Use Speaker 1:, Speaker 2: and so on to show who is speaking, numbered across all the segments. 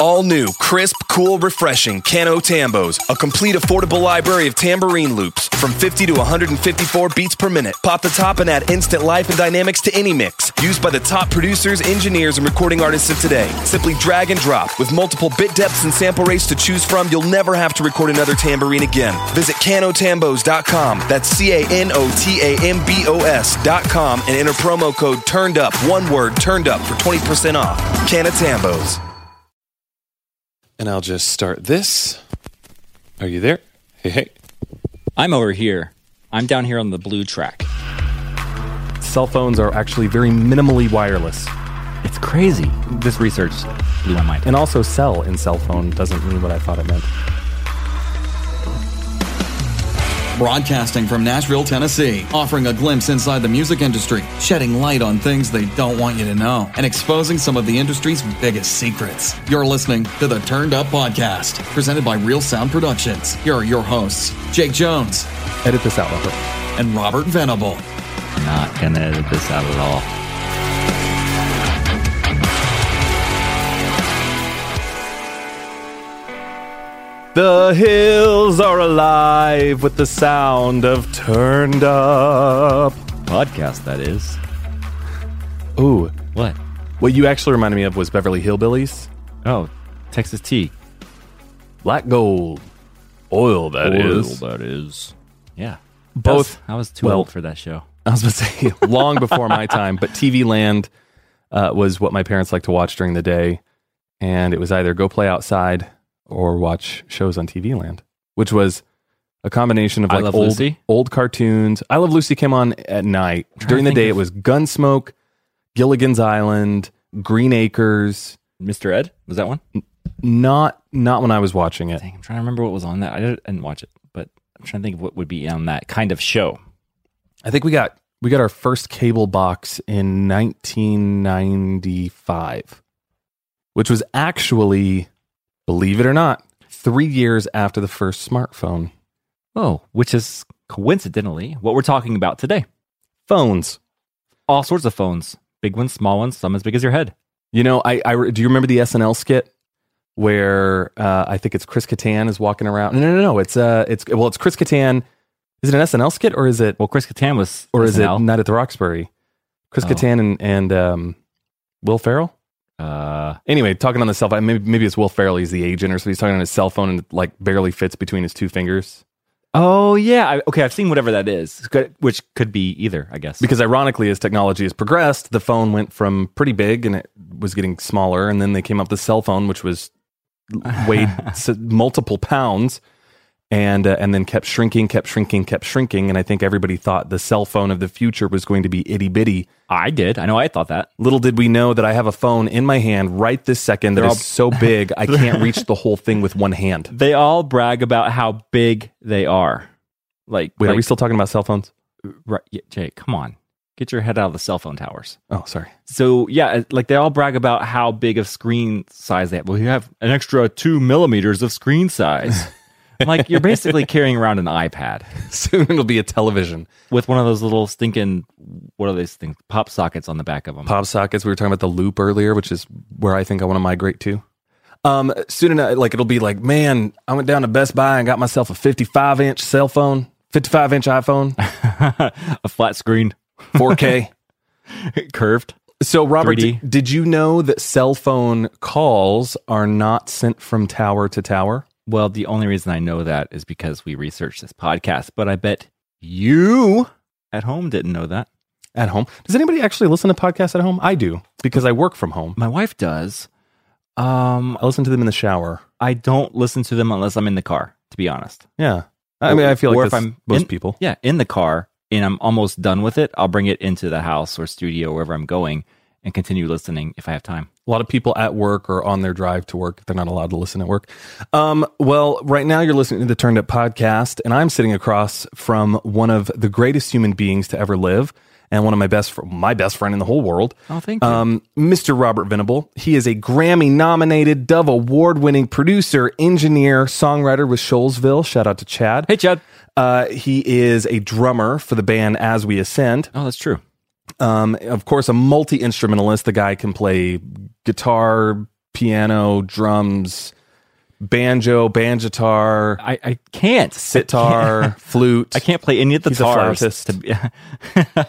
Speaker 1: All new, crisp, cool, refreshing Cano Tambos, a complete affordable library of tambourine loops from 50 to 154 beats per minute. Pop the top and add instant life and dynamics to any mix. Used by the top producers, engineers, and recording artists of today. Simply drag and drop. With multiple bit depths and sample rates to choose from, you'll never have to record another tambourine again. Visit canotambos.com. That's C A N O T A M B O S.com and enter promo code turned up, one word turned up for 20% off. Canatambos.
Speaker 2: And I'll just start this. Are you there? Hey, hey.
Speaker 3: I'm over here. I'm down here on the blue track.
Speaker 4: Cell phones are actually very minimally wireless.
Speaker 3: It's crazy. This research blew my mind.
Speaker 4: And also, cell in cell phone doesn't mean what I thought it meant.
Speaker 5: Broadcasting from Nashville, Tennessee, offering a glimpse inside the music industry, shedding light on things they don't want you to know, and exposing some of the industry's biggest secrets. You're listening to the Turned Up Podcast, presented by Real Sound Productions. Here are your hosts, Jake Jones
Speaker 4: Edit this out, Robert.
Speaker 5: and Robert Venable.
Speaker 3: Not gonna edit this out at all.
Speaker 4: The hills are alive with the sound of turned up.
Speaker 6: podcast that is.
Speaker 4: Ooh,
Speaker 6: What?
Speaker 4: what you actually reminded me of was Beverly Hillbillies.
Speaker 6: Oh, Texas tea.
Speaker 4: Black gold. Oil, that is.
Speaker 6: Oil, That is. Yeah.
Speaker 4: Both-
Speaker 6: I was, I was too
Speaker 4: well-
Speaker 6: old for that show.
Speaker 4: I was going to say long before my time, but TV Land uh, was what my parents liked to watch during the day. And it was either go play outside or watch shows on TV Land, which was a combination of
Speaker 6: I
Speaker 4: like
Speaker 6: Love
Speaker 4: old,
Speaker 6: Lucy?
Speaker 4: old cartoons. I Love Lucy came on at night.
Speaker 6: trying to
Speaker 4: During the
Speaker 6: think
Speaker 4: day,
Speaker 6: of-
Speaker 4: it was Gunsmoke, Gilligan's Island, Green Acres.
Speaker 6: Mr. Ed? Was that one?
Speaker 4: Not not when I was watching it.
Speaker 6: Dang, I'm trying to remember what was on that. I didn't I didn't watch it, but I'm trying to think of what would be on that kind of show.
Speaker 4: I think we got we got our first cable box in 1995, which was actually, believe it or not, three years after the first smartphone.
Speaker 6: Oh, which is coincidentally what we're talking about today.
Speaker 4: Phones.
Speaker 6: All sorts of phones. Big ones, small ones, some as big as your head.
Speaker 4: You know, I, I do you remember the SNL skit where uh, I think it's Chris Kattan is walking around? No, no, no, no. It's uh, it's well, it's Chris Kattan. Is it an SNL skit or is it
Speaker 6: Well, Chris Kattan was
Speaker 4: or is
Speaker 6: SNL.
Speaker 4: it Night at the Roxbury? Chris
Speaker 6: Oh.
Speaker 4: Kattan and and um, Will Ferrell.
Speaker 6: uh
Speaker 4: Anyway, talking on the cell phone, maybe, maybe it's Will Ferrell. He's the agent, or so he's talking on his cell phone and it, like barely fits between his two fingers.
Speaker 6: Oh yeah. I, okay, I've seen whatever that is. It's good- Which could be either, I guess.
Speaker 4: Because ironically, as technology has progressed, the phone went from pretty big and it was getting smaller, and then they came up with the cell phone, which was weighed s- multiple pounds, and uh, and then kept shrinking, kept shrinking, kept shrinking, and I think everybody thought the cell phone of the future was going to be itty bitty.
Speaker 6: I did. I know I thought that.
Speaker 4: Little did we know that I have a phone in my hand right this second that is
Speaker 6: They're all-
Speaker 4: so big I can't reach the whole thing with one hand.
Speaker 6: they all brag about how big they are. Like,
Speaker 4: Wait,
Speaker 6: like
Speaker 4: are we still talking about cell phones?
Speaker 6: right, yeah, Jake, come on, get your head out of the cell phone towers.
Speaker 4: Oh, sorry.
Speaker 6: So yeah, it- like they all brag about how big of screen size they have. Well, you have an extra two millimeters of screen size. I'm like you're basically carrying around an iPad
Speaker 4: Soon it'll be a television.
Speaker 6: with one of those little stinking what are those things? Pop sockets on the back of them.
Speaker 4: Pop sockets. We were talking about the loop earlier, which is where I think I want to migrate to. Um, soon enough, like it'll be like, man, I went down to Best Buy and got myself a 55 inch cell phone, 55 inch iPhone,
Speaker 6: a flat screen,
Speaker 4: 4K.
Speaker 6: curved.
Speaker 4: so, Robert,
Speaker 6: 3D.
Speaker 4: did, did you know that cell phone calls are not sent from tower to tower?
Speaker 6: Well, the only reason I know that is because we researched this podcast, but I bet you at home didn't know that.
Speaker 4: At home, does anybody actually listen to podcasts at home? I do because I work from home.
Speaker 6: My wife does. Um,
Speaker 4: I listen to them in the shower.
Speaker 6: I don't listen to them unless I'm in the car, to be honest.
Speaker 4: Yeah, I mean, I feel
Speaker 6: Or
Speaker 4: like
Speaker 6: if
Speaker 4: that's
Speaker 6: I'm
Speaker 4: most
Speaker 6: in-
Speaker 4: people.
Speaker 6: Yeah, in the car and I'm almost done with it, I'll bring it into the house or studio wherever I'm going and continue listening if I have time.
Speaker 4: a lot of people at work or on their drive to work if they're not allowed to listen at work. Um, well, right now you're listening to the Turned Up podcast, and I'm sitting across from one of the greatest human beings to ever live, and one of my best, fr- my best friend in the whole world.
Speaker 6: Oh, thank you.
Speaker 4: Um, Mr. Robert Venable. He is a Grammy nominated, Dove award winning producer, engineer, songwriter with Shoalsville. Shout out to Chad.
Speaker 6: hey, Chad.
Speaker 4: Uh, he is a drummer for the band As We Ascend.
Speaker 6: Oh, that's true.
Speaker 4: Um, of course, a multi instrumentalist. The guy can play guitar, piano, drums, banjo, banjitar,
Speaker 6: I, I can't.
Speaker 4: sitar, flute.
Speaker 6: I can't play any of the
Speaker 4: He's a
Speaker 6: tars.
Speaker 4: flautist.
Speaker 6: to be-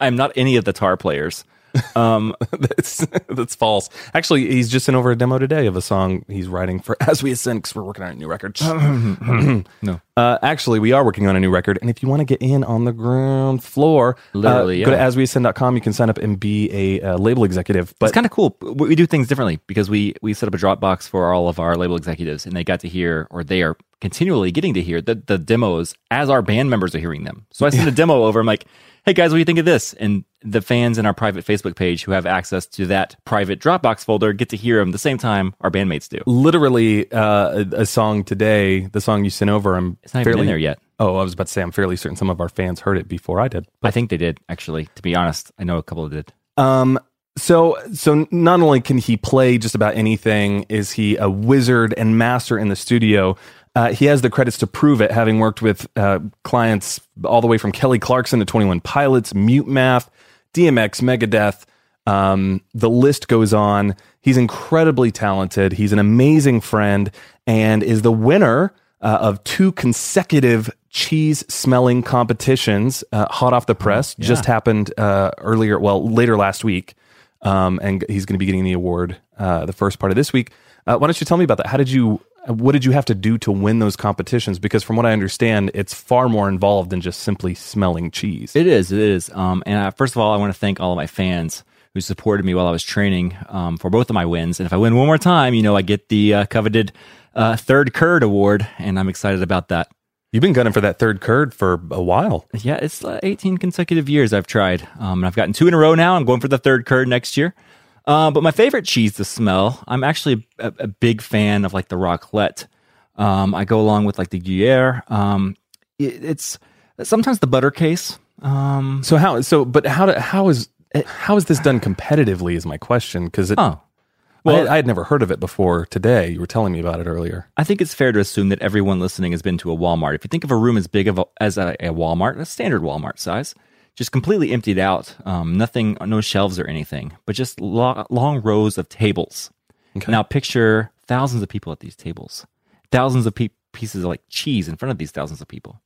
Speaker 6: I'm not any of the tar players.
Speaker 4: that's, that's false. Actually, he's just sent over a demo today of a song he's writing for As We Ascend because we're working on a new record.
Speaker 6: No.
Speaker 4: Uh, actually, we are working on a new record. And if you want to get in on the ground floor, uh,
Speaker 6: Literally,
Speaker 4: go to
Speaker 6: yeah.
Speaker 4: asweascend.com. You can sign up and be a uh, label executive. But
Speaker 6: it's kind of cool. We we do things differently because we we set up a Dropbox for all of our label executives, and they got to hear, or they are continually getting to hear the, the demos as our band members are hearing them. So I send a demo over. I'm like, "Hey guys, what do you think of this?" And the fans in our private Facebook page who have access to that private Dropbox folder get to hear them the same time our bandmates do.
Speaker 4: literally uh, a, a song today, the song you sent over, I'm
Speaker 6: It's not even in there yet.
Speaker 4: Oh, I was about to say, I'm fairly certain some of our fans heard it before I did.
Speaker 6: I think they did actually. To be honest, I know a couple did.
Speaker 4: Um, so so not only can he play just about anything, is he a wizard and master in the studio? Uh, he has the credits to prove it, having worked with uh, clients all the way from Kelly Clarkson to Twenty One Pilots, Mute Math, DMX, Megadeth. Um, the list goes on. He's incredibly talented. He's an amazing friend and is the winner uh, of two consecutive cheese smelling competitions, uh, hot off the press. Just happened uh, earlier, well, later last week. Um, and he's going to be getting the award uh, the first part of this week. Uh, why don't you tell me about that? How did you? What did you have to do to win those competitions? Because from what I understand, it's far more involved than just simply smelling cheese.
Speaker 6: It is. It is. Um, and uh, first of all, I want to thank all of my fans who supported me while I was training um, for both of my wins. And if I win one more time, you know, I get the uh, coveted uh, third curd award, and I'm excited about that.
Speaker 4: You've been gunning for that third curd for a while.
Speaker 6: Yeah, it's uh, 18 consecutive years I've tried, um, and I've gotten two in a row now. I'm going for the third curd next year. Uh, but my favorite cheese to smell, I'm actually a, a big fan of like the raclette. Um, I go along with like the Gruyere. Um, it, it's sometimes the butter case. Um,
Speaker 4: So how? So but how? do- How is? eh, How is this done competitively? Is my question because it.
Speaker 6: Oh.
Speaker 4: Well, I, I had never heard of it before today. You were telling me about it earlier.
Speaker 6: I think it's fair to assume that everyone listening has been to a Walmart. If you think of a room as big of a, as a, a Walmart, a standard Walmart size, just completely emptied out, um, nothing, no shelves or anything, but just lo- long rows of tables. Now picture thousands of people at these tables, thousands of pe- pieces of like cheese in front of these thousands of people.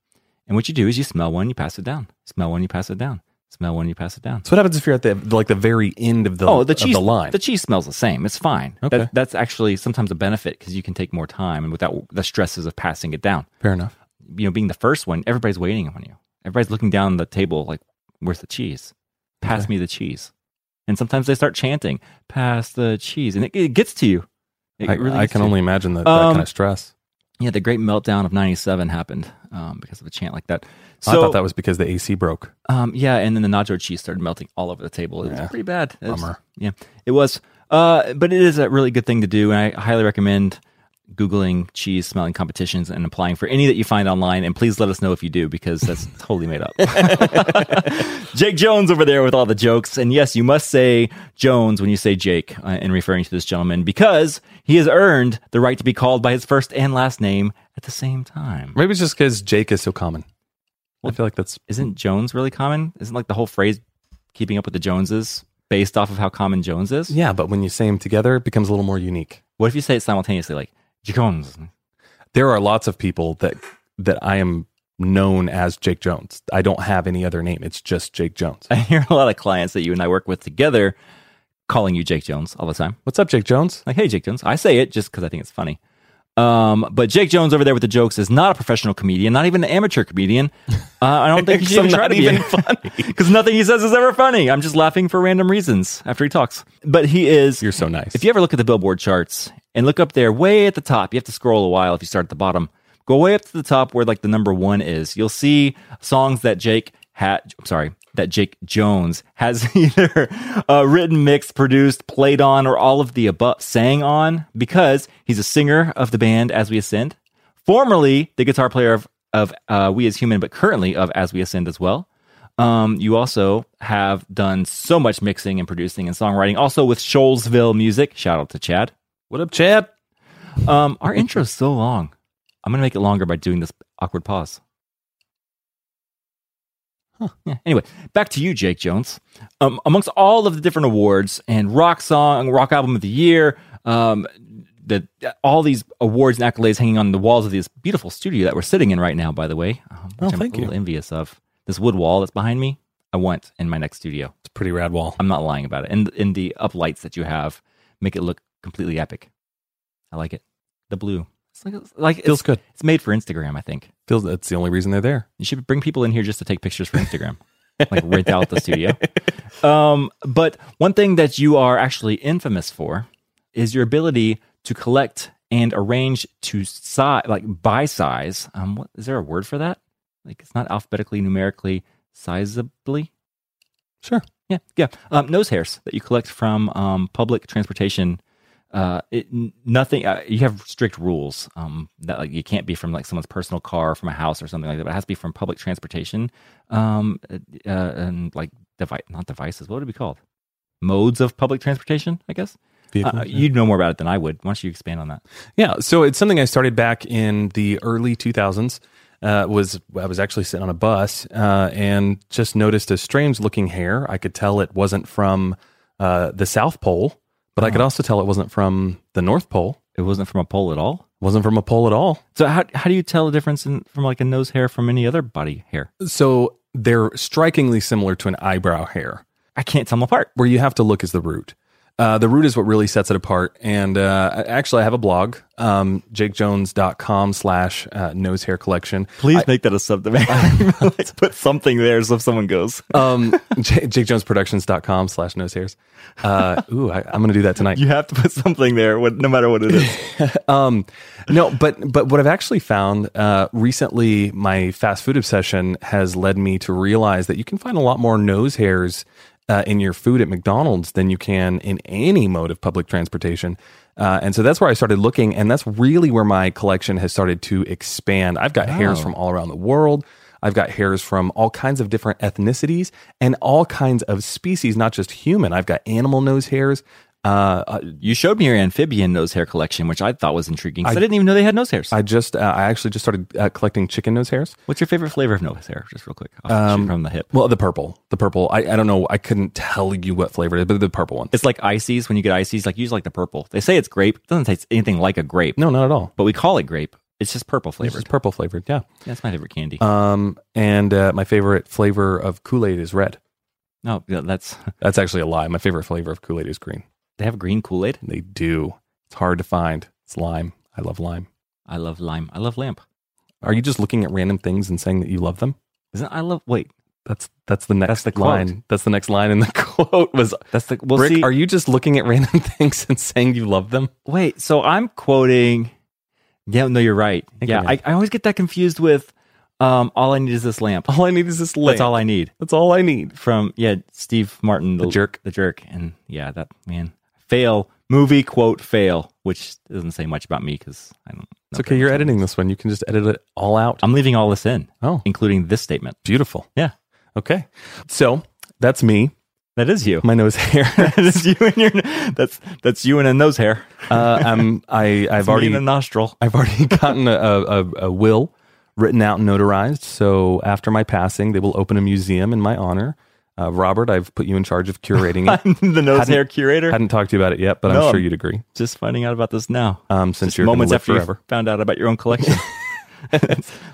Speaker 6: And what you do is you smell one, you pass it down. Smell one, you pass it down. Smell one, you pass it down.
Speaker 4: So what happens if you're at the like the very end of the
Speaker 6: Oh, the
Speaker 4: of
Speaker 6: cheese,
Speaker 4: the line?
Speaker 6: cheese smells the same. It's fine.
Speaker 4: Okay.
Speaker 6: That, that's actually sometimes a benefit because you can take more time and without the stresses of passing it down.
Speaker 4: Fair enough.
Speaker 6: You know, being the first one, everybody's waiting on you. Everybody's looking down the table like, "Where's the cheese? Pass me the cheese." And sometimes they start chanting, "Pass the cheese," and it, it gets to you. It
Speaker 4: I,
Speaker 6: really
Speaker 4: I
Speaker 6: gets
Speaker 4: can
Speaker 6: to you.
Speaker 4: only imagine that, that
Speaker 6: Um,
Speaker 4: kind of stress.
Speaker 6: Yeah, the great meltdown of '97 happened um, because of a chant like that. So,
Speaker 4: I thought that was because the AC broke.
Speaker 6: Um, yeah, and then the nacho cheese started melting all over the table. It was pretty bad. It was-
Speaker 4: Bummer.
Speaker 6: yeah, it was. Uh, but it is a really good thing to do, and I highly recommend googling cheese smelling competitions and applying for any that you find online. And please let us know if you do, because that's totally made up. Jake Jones over there with all the jokes, and yes, you must say Jones when you say Jake uh, in referring to this gentleman because he has earned the right to be called by his first and last name at the same time.
Speaker 4: Maybe it's just because Jake is so common. I feel like that's
Speaker 6: isn't Jones really common? Isn't like the whole phrase keeping up with the Joneses based off of how common Jones is?
Speaker 4: yeah. But when you say them together, it becomes a little more unique.
Speaker 6: What if you say it simultaneously like Jones?
Speaker 4: There are lots of people that that I am known as Jake Jones. I don't have any other name. It's just Jake Jones.
Speaker 6: I hear a lot of clients that you and I work with together calling you Jake Jones all the time.
Speaker 4: What's up, Jake Jones?
Speaker 6: Like, hey, Jake Jones. I say it just because I think it's funny. Um, but Jake Jones over there with the jokes is not a professional comedian, not even an amateur comedian. Uh, I don't think he should
Speaker 4: So
Speaker 6: even try
Speaker 4: not
Speaker 6: to
Speaker 4: even
Speaker 6: be funny because nothing he says is ever funny. I'm just laughing for random reasons after he talks. But he is.
Speaker 4: You're so nice.
Speaker 6: If you ever look at the Billboard charts and look up there, way at the top, you have to scroll a while if you start at the bottom. Go way up to the top where like the number one is. You'll see songs that Jake had. I'm sorry, that Jake Jones has either uh, written, mixed, produced, played on, or all of the above, sang on, because he's a singer of the band As We Ascend. Formerly the guitar player of of uh, We As Human, but currently of As We Ascend as well. Um, you also have done so much mixing and producing and songwriting, also with Shoalsville Music. Shout out to Chad.
Speaker 4: what up, Chad?
Speaker 6: Um, our intro's so long. I'm gonna make it longer by doing this awkward pause. Huh. Yeah. Anyway, back to you, Jake Jones. Um, amongst all of the different awards and rock song, rock album of the year, um, the all these awards and accolades hanging on the walls of this beautiful studio that we're sitting in right now. By the way, um, which I'm
Speaker 4: Oh, thank
Speaker 6: a little envious of this wood wall that's behind me. I want in my next studio.
Speaker 2: It's a pretty rad wall.
Speaker 6: I'm not lying about it. And in the up lights that you have, make it look completely epic. I like it. The blue. It's like like it's,
Speaker 4: Feels good.
Speaker 6: It's made for Instagram. I think
Speaker 4: Feels that's the only reason they're there.
Speaker 6: you should bring people in here just to take pictures for Instagram, like rent out the studio. Um, but one thing that you are actually infamous for is your ability to collect and arrange to size, like by size. Um, what is there a word for that? Like it's not alphabetically, numerically, sizably.
Speaker 4: Sure.
Speaker 6: Yeah, yeah. Um, nose hairs that you collect from um, public transportation. Uh, it, n- nothing. Uh, you have strict rules um, that like you can't be from like someone's personal car, from a house or something like that. But it has to be from public transportation. Um, uh, uh, and like device, not devices. What would it be called? Modes of public transportation, I guess.
Speaker 4: Vehicles,
Speaker 6: Uh, You'd know more about it than I would. Why don't you expand on that?
Speaker 4: Yeah, so it's something I started back in the early 2000s. Uh, was I was actually sitting on a bus uh, and just noticed a strange looking hair. I could tell it wasn't from uh, the South Pole, but I could also tell it wasn't from the North Pole.
Speaker 6: It wasn't from a pole at all.
Speaker 4: wasn't from a pole at all.
Speaker 6: So how how do you tell the difference in, from like a nose hair from any other body hair?
Speaker 4: So they're strikingly similar to an eyebrow hair.
Speaker 6: I can't tell them apart.
Speaker 4: where you have to look is the root. Uh, the root is what really sets it apart. And uh, I- actually, I have a blog, um, jakejones.com slash uh, nose hair collection.
Speaker 6: Please make that a subdomain. Let's put something there so if someone goes.
Speaker 4: Um, J- jakejonesproductions.com slash nose hairs. Uh, ooh, I, I'm going to do that tonight.
Speaker 6: You have to put something there, what- no matter what it is.
Speaker 4: um, no, but but what I've actually found uh, recently, my fast food obsession has led me to realize that you can find a lot more nose hairs uh, in your food at McDonald's than you can in any mode of public transportation. Uh, and so that's where I started looking, and that's really where my collection has started to expand. I've got hairs from all around the world. I've got hairs from all kinds of different ethnicities and all kinds of species, not just human. I've got animal nose hairs. Uh, uh,
Speaker 6: You showed me your amphibian nose hair collection, which I thought was intriguing. 'cause I, didn't even know they had nose hairs.
Speaker 4: I just, uh, I actually just started uh, collecting chicken nose hairs.
Speaker 6: What's your favorite flavor of nose hair? Just real quick, off the-
Speaker 4: Um,
Speaker 6: from the hip.
Speaker 4: Well, the purple, the purple. I, I don't know. I couldn't tell you what flavor it is, but the purple one.
Speaker 6: It's like ices. When you get ices, like use like the purple. They say it's grape. It doesn't taste anything like a grape.
Speaker 4: No, not at all.
Speaker 6: but we call it grape. It's just purple
Speaker 4: It's
Speaker 6: flavored.
Speaker 4: just purple flavored. Yeah.
Speaker 6: That's my favorite candy.
Speaker 4: Um, and uh, my favorite flavor of Kool Aid is red.
Speaker 6: no, yeah, that's
Speaker 4: That's actually a lie. My favorite flavor of Kool Aid is green.
Speaker 6: they have green Kool Aid.
Speaker 4: They do. It's hard to find. It's lime. I love lime.
Speaker 6: I love lime. I love lamp.
Speaker 4: Are you just looking at random things and saying that you love them?
Speaker 6: Isn't I love? Wait,
Speaker 4: That's that's the next
Speaker 6: the quote.
Speaker 4: line. That's the next line in the quote was
Speaker 6: that's the well.
Speaker 4: Rick,
Speaker 6: see,
Speaker 4: are you just looking at random things and saying you love them?
Speaker 6: Wait, so I'm quoting. Yeah, no, you're right.
Speaker 4: think
Speaker 6: yeah,
Speaker 4: I know.
Speaker 6: I, I always get that confused with um, All I Need Is This Lamp.
Speaker 4: All I need is this lamp.
Speaker 6: That's all I need.
Speaker 4: That's all I need.
Speaker 6: From, yeah, Steve Martin,
Speaker 4: The Jerk.
Speaker 6: The jerk. And yeah, that man, fail. Movie quote fail, which doesn't say much about me because I don't.
Speaker 4: It's okay. You're editing this one. You can just edit it all out.
Speaker 6: I'm leaving all this in,
Speaker 4: Oh.
Speaker 6: including this statement.
Speaker 4: Beautiful.
Speaker 6: Yeah,
Speaker 4: Okay. So that's me,
Speaker 6: that is you.
Speaker 4: my nose hair.
Speaker 6: that is you and your. That's that's you and a nose hair.
Speaker 4: uh, I'm, I, I've
Speaker 6: It's me
Speaker 4: already,
Speaker 6: and a nostril.
Speaker 4: I've already gotten a, a, a- a will written out and notarized. So after my passing, they will open a museum in my honor. Uh, Robert, I've put you in charge of curating it.
Speaker 6: the nose
Speaker 4: Hadn't-
Speaker 6: hair curator.
Speaker 4: Hadn't talked to you about it yet, but
Speaker 6: No,
Speaker 4: I'm sure
Speaker 6: I'm-
Speaker 4: you'd agree.
Speaker 6: just finding out about this now.
Speaker 4: Um, since
Speaker 6: Just
Speaker 4: you're gonna
Speaker 6: moments
Speaker 4: live
Speaker 6: after
Speaker 4: forever.
Speaker 6: you found out about your own collection.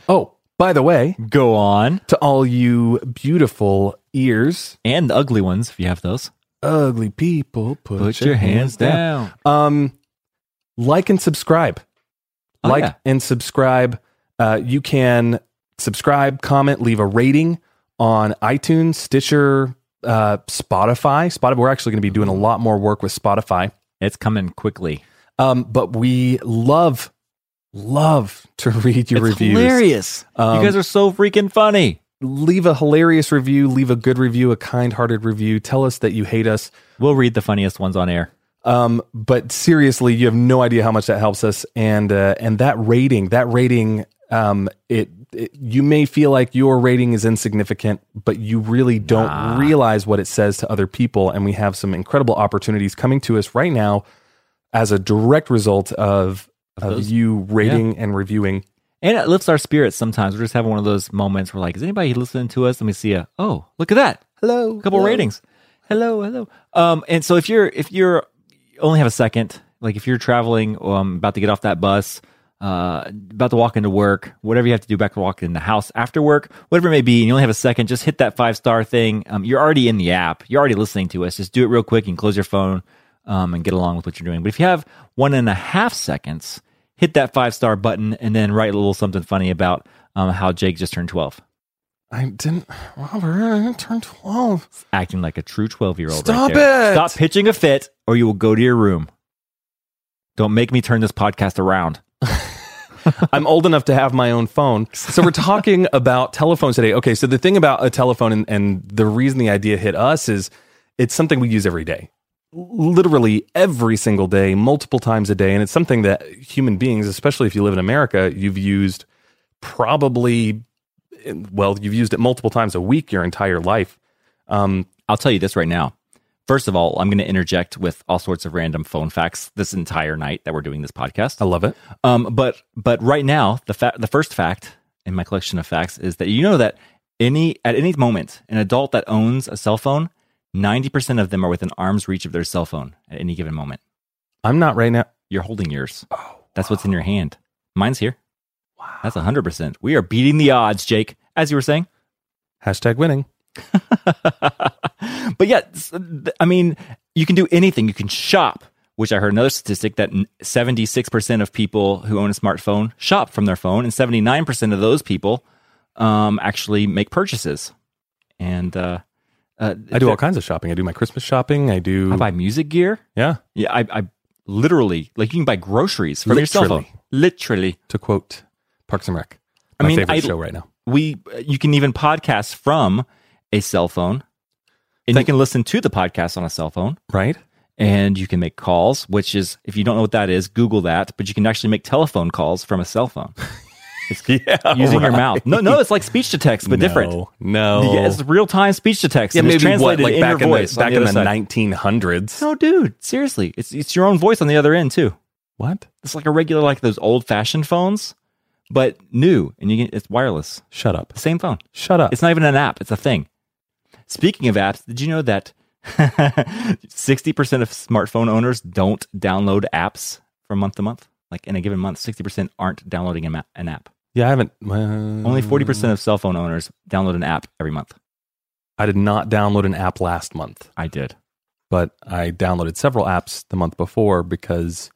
Speaker 4: Oh, by the way,
Speaker 6: Go on,
Speaker 4: to all you beautiful ears,
Speaker 6: and the ugly ones if you have those.
Speaker 4: ugly people, put,
Speaker 6: down.
Speaker 4: Um, like and subscribe.
Speaker 6: Oh,
Speaker 4: like
Speaker 6: yeah.
Speaker 4: and subscribe. Uh, you can subscribe, comment, leave a rating on iTunes, Stitcher, uh, Spotify. Spotify. We're actually going to be doing a lot more work with Spotify.
Speaker 6: It's coming quickly.
Speaker 4: Um, but we love, love to read your
Speaker 6: it's
Speaker 4: reviews.
Speaker 6: hilarious.
Speaker 4: Um,
Speaker 6: you guys are so freaking funny.
Speaker 4: Leave a hilarious review. Leave a good review. A kind-hearted review. Tell us that you hate us.
Speaker 6: We'll read the funniest ones on air.
Speaker 4: Um, but seriously, you have no idea how much that helps us. And uh, and that rating, that rating, um, it, it you may feel like your rating is insignificant, but you really don't realize what it says to other people. And we have some incredible opportunities coming to us right now as a direct result of of, you rating and reviewing.
Speaker 6: And it lifts our spirits sometimes. We're just having one of those moments where like, is anybody listening to us? Let me see a oh, look at that. Hello. couple ratings. Hello, hello. Um, and so if you're if you're only have a second Like if you're traveling, um, about to get off that bus, uh, about to walk into work, whatever you have to do, back to walk in the house after work, whatever it may be, and you only have a second, just hit that five star thing. Um, you're already in the app. You're already listening to us. Just do it real quick and close your phone um, and get along with what you're doing. But if you have one and a half seconds, hit that five star button and then write a little something funny about um, how Jake just turned 12.
Speaker 4: I didn't, Robert. I didn't turn twelve.
Speaker 6: Acting like a true 12 year old.
Speaker 4: Stop
Speaker 6: right there.
Speaker 4: it!
Speaker 6: Stop pitching a fit or you will go to your room. Don't make me turn this podcast around.
Speaker 4: I'm old enough to have my own phone. So we're talking about telephones today. Okay, so the thing about a telephone and, and the reason the idea hit us is it's something we use every day. Literally every single day, multiple times a day. And it's something that human beings, especially if you live in America, you've used probably, well, you've used it multiple times a week your entire life. Um,
Speaker 6: I'll tell you this right now. First of all, I'm going to interject with all sorts of random phone facts this entire night that we're doing this podcast.
Speaker 4: I love it.
Speaker 6: Um, but but right now, the fa- the first fact in my collection of facts is that you know that any at any moment, an adult that owns a cell phone, ninety percent of them are within arm's reach of their cell phone at any given moment.
Speaker 4: I'm not right now.
Speaker 6: You're holding yours. That's what's in your hand. Mine's here. Wow, that's hundred percent. We are beating the odds, Jake. As you were saying.
Speaker 4: Hashtag winning.
Speaker 6: but yeah, s- th- I mean, you can do anything. You can shop, which I heard another statistic that n- 76% of people who own a smartphone shop from their phone, and 79% of those people um, actually make purchases. And uh, uh,
Speaker 4: I do all kinds of shopping. I do my Christmas shopping. I do.
Speaker 6: I buy music gear.
Speaker 4: Yeah.
Speaker 6: Yeah, I, I literally, like, you can buy groceries from your cell phone.
Speaker 4: Literally.
Speaker 6: Literally.
Speaker 4: To quote Parks and Rec,
Speaker 6: I
Speaker 4: my
Speaker 6: mean,
Speaker 4: favorite
Speaker 6: I-
Speaker 4: show right now.
Speaker 6: we uh, you can even podcast from a cell phone and you can listen to the podcast on a cell phone
Speaker 4: Right?
Speaker 6: and you can make calls which is if you don't know what that is google that but you can actually make telephone calls from a cell phone it's using your mouth no no it's like speech to text but different
Speaker 4: Oh, No.
Speaker 6: yeah, it's real-time speech to text
Speaker 4: Yeah,
Speaker 6: and it's
Speaker 4: maybe what,
Speaker 6: translated
Speaker 4: like
Speaker 6: in your
Speaker 4: back in
Speaker 6: voice
Speaker 4: the,
Speaker 6: on
Speaker 4: back
Speaker 6: the
Speaker 4: in
Speaker 6: other
Speaker 4: the
Speaker 6: side.
Speaker 4: 1900s.
Speaker 6: no dude seriously it's it's your own voice on the other end too
Speaker 4: What?
Speaker 6: it's like a regular like those old-fashioned phones but new and you can it's wireless
Speaker 4: Shut up.
Speaker 6: same phone
Speaker 4: Shut up.
Speaker 6: Uh, It's not even an app, it's a thing. Speaking of apps, did you know that 60% of smartphone owners don't download apps from month to month? Like in a given month, 60% aren't downloading a ma- an app.
Speaker 4: yeah, I haven't. uh, Mm.
Speaker 6: Only 40% of cell phone owners download an app every month.
Speaker 4: I did not download an app last month,
Speaker 6: I did.
Speaker 4: but I downloaded several apps the month before because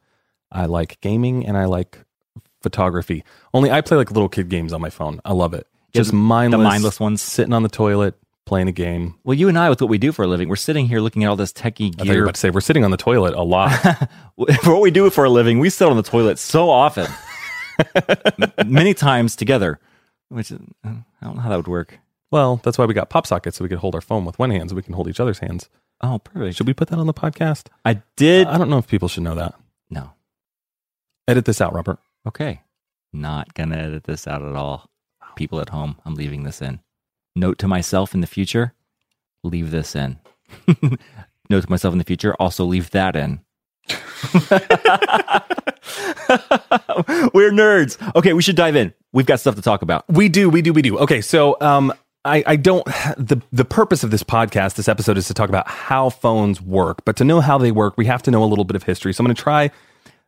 Speaker 4: I like gaming and I like photography. Only I play like little kid games on my phone. I love it.
Speaker 6: Yeah,
Speaker 4: Just
Speaker 6: the- the
Speaker 4: mindless.
Speaker 6: mindless ones.
Speaker 4: Sitting on the toilet, playing a game.
Speaker 6: Well, you and I, with what we do for a living, we're sitting here looking at all this techie
Speaker 4: I thought you were
Speaker 6: gear.
Speaker 4: about to say, we're sitting on the toilet a lot.
Speaker 6: for what we do for a living, we sit on the toilet so often, many times together, which is- I don't know how that would work.
Speaker 4: well, that's why we got pop sockets so we could hold our phone with one hand so we can hold each other's hands.
Speaker 6: Oh, perfect.
Speaker 4: Should we put that on the podcast? Uh,
Speaker 6: I did.
Speaker 4: I don't know if people should know that.
Speaker 6: no.
Speaker 4: Edit this out, Robert.
Speaker 6: Okay. Not going to edit this out at all. People at home, I'm leaving this in. Note to myself in the future, leave this in. Note to myself in the future, also leave that in. We're nerds. Okay, we should dive in. We've got stuff to talk about.
Speaker 4: We do, we do, we do. Okay, so um, I, I don't. The the purpose of this podcast, this episode, is to talk about how phones work. But to know how they work, we have to know a little bit of history. So I'm going to try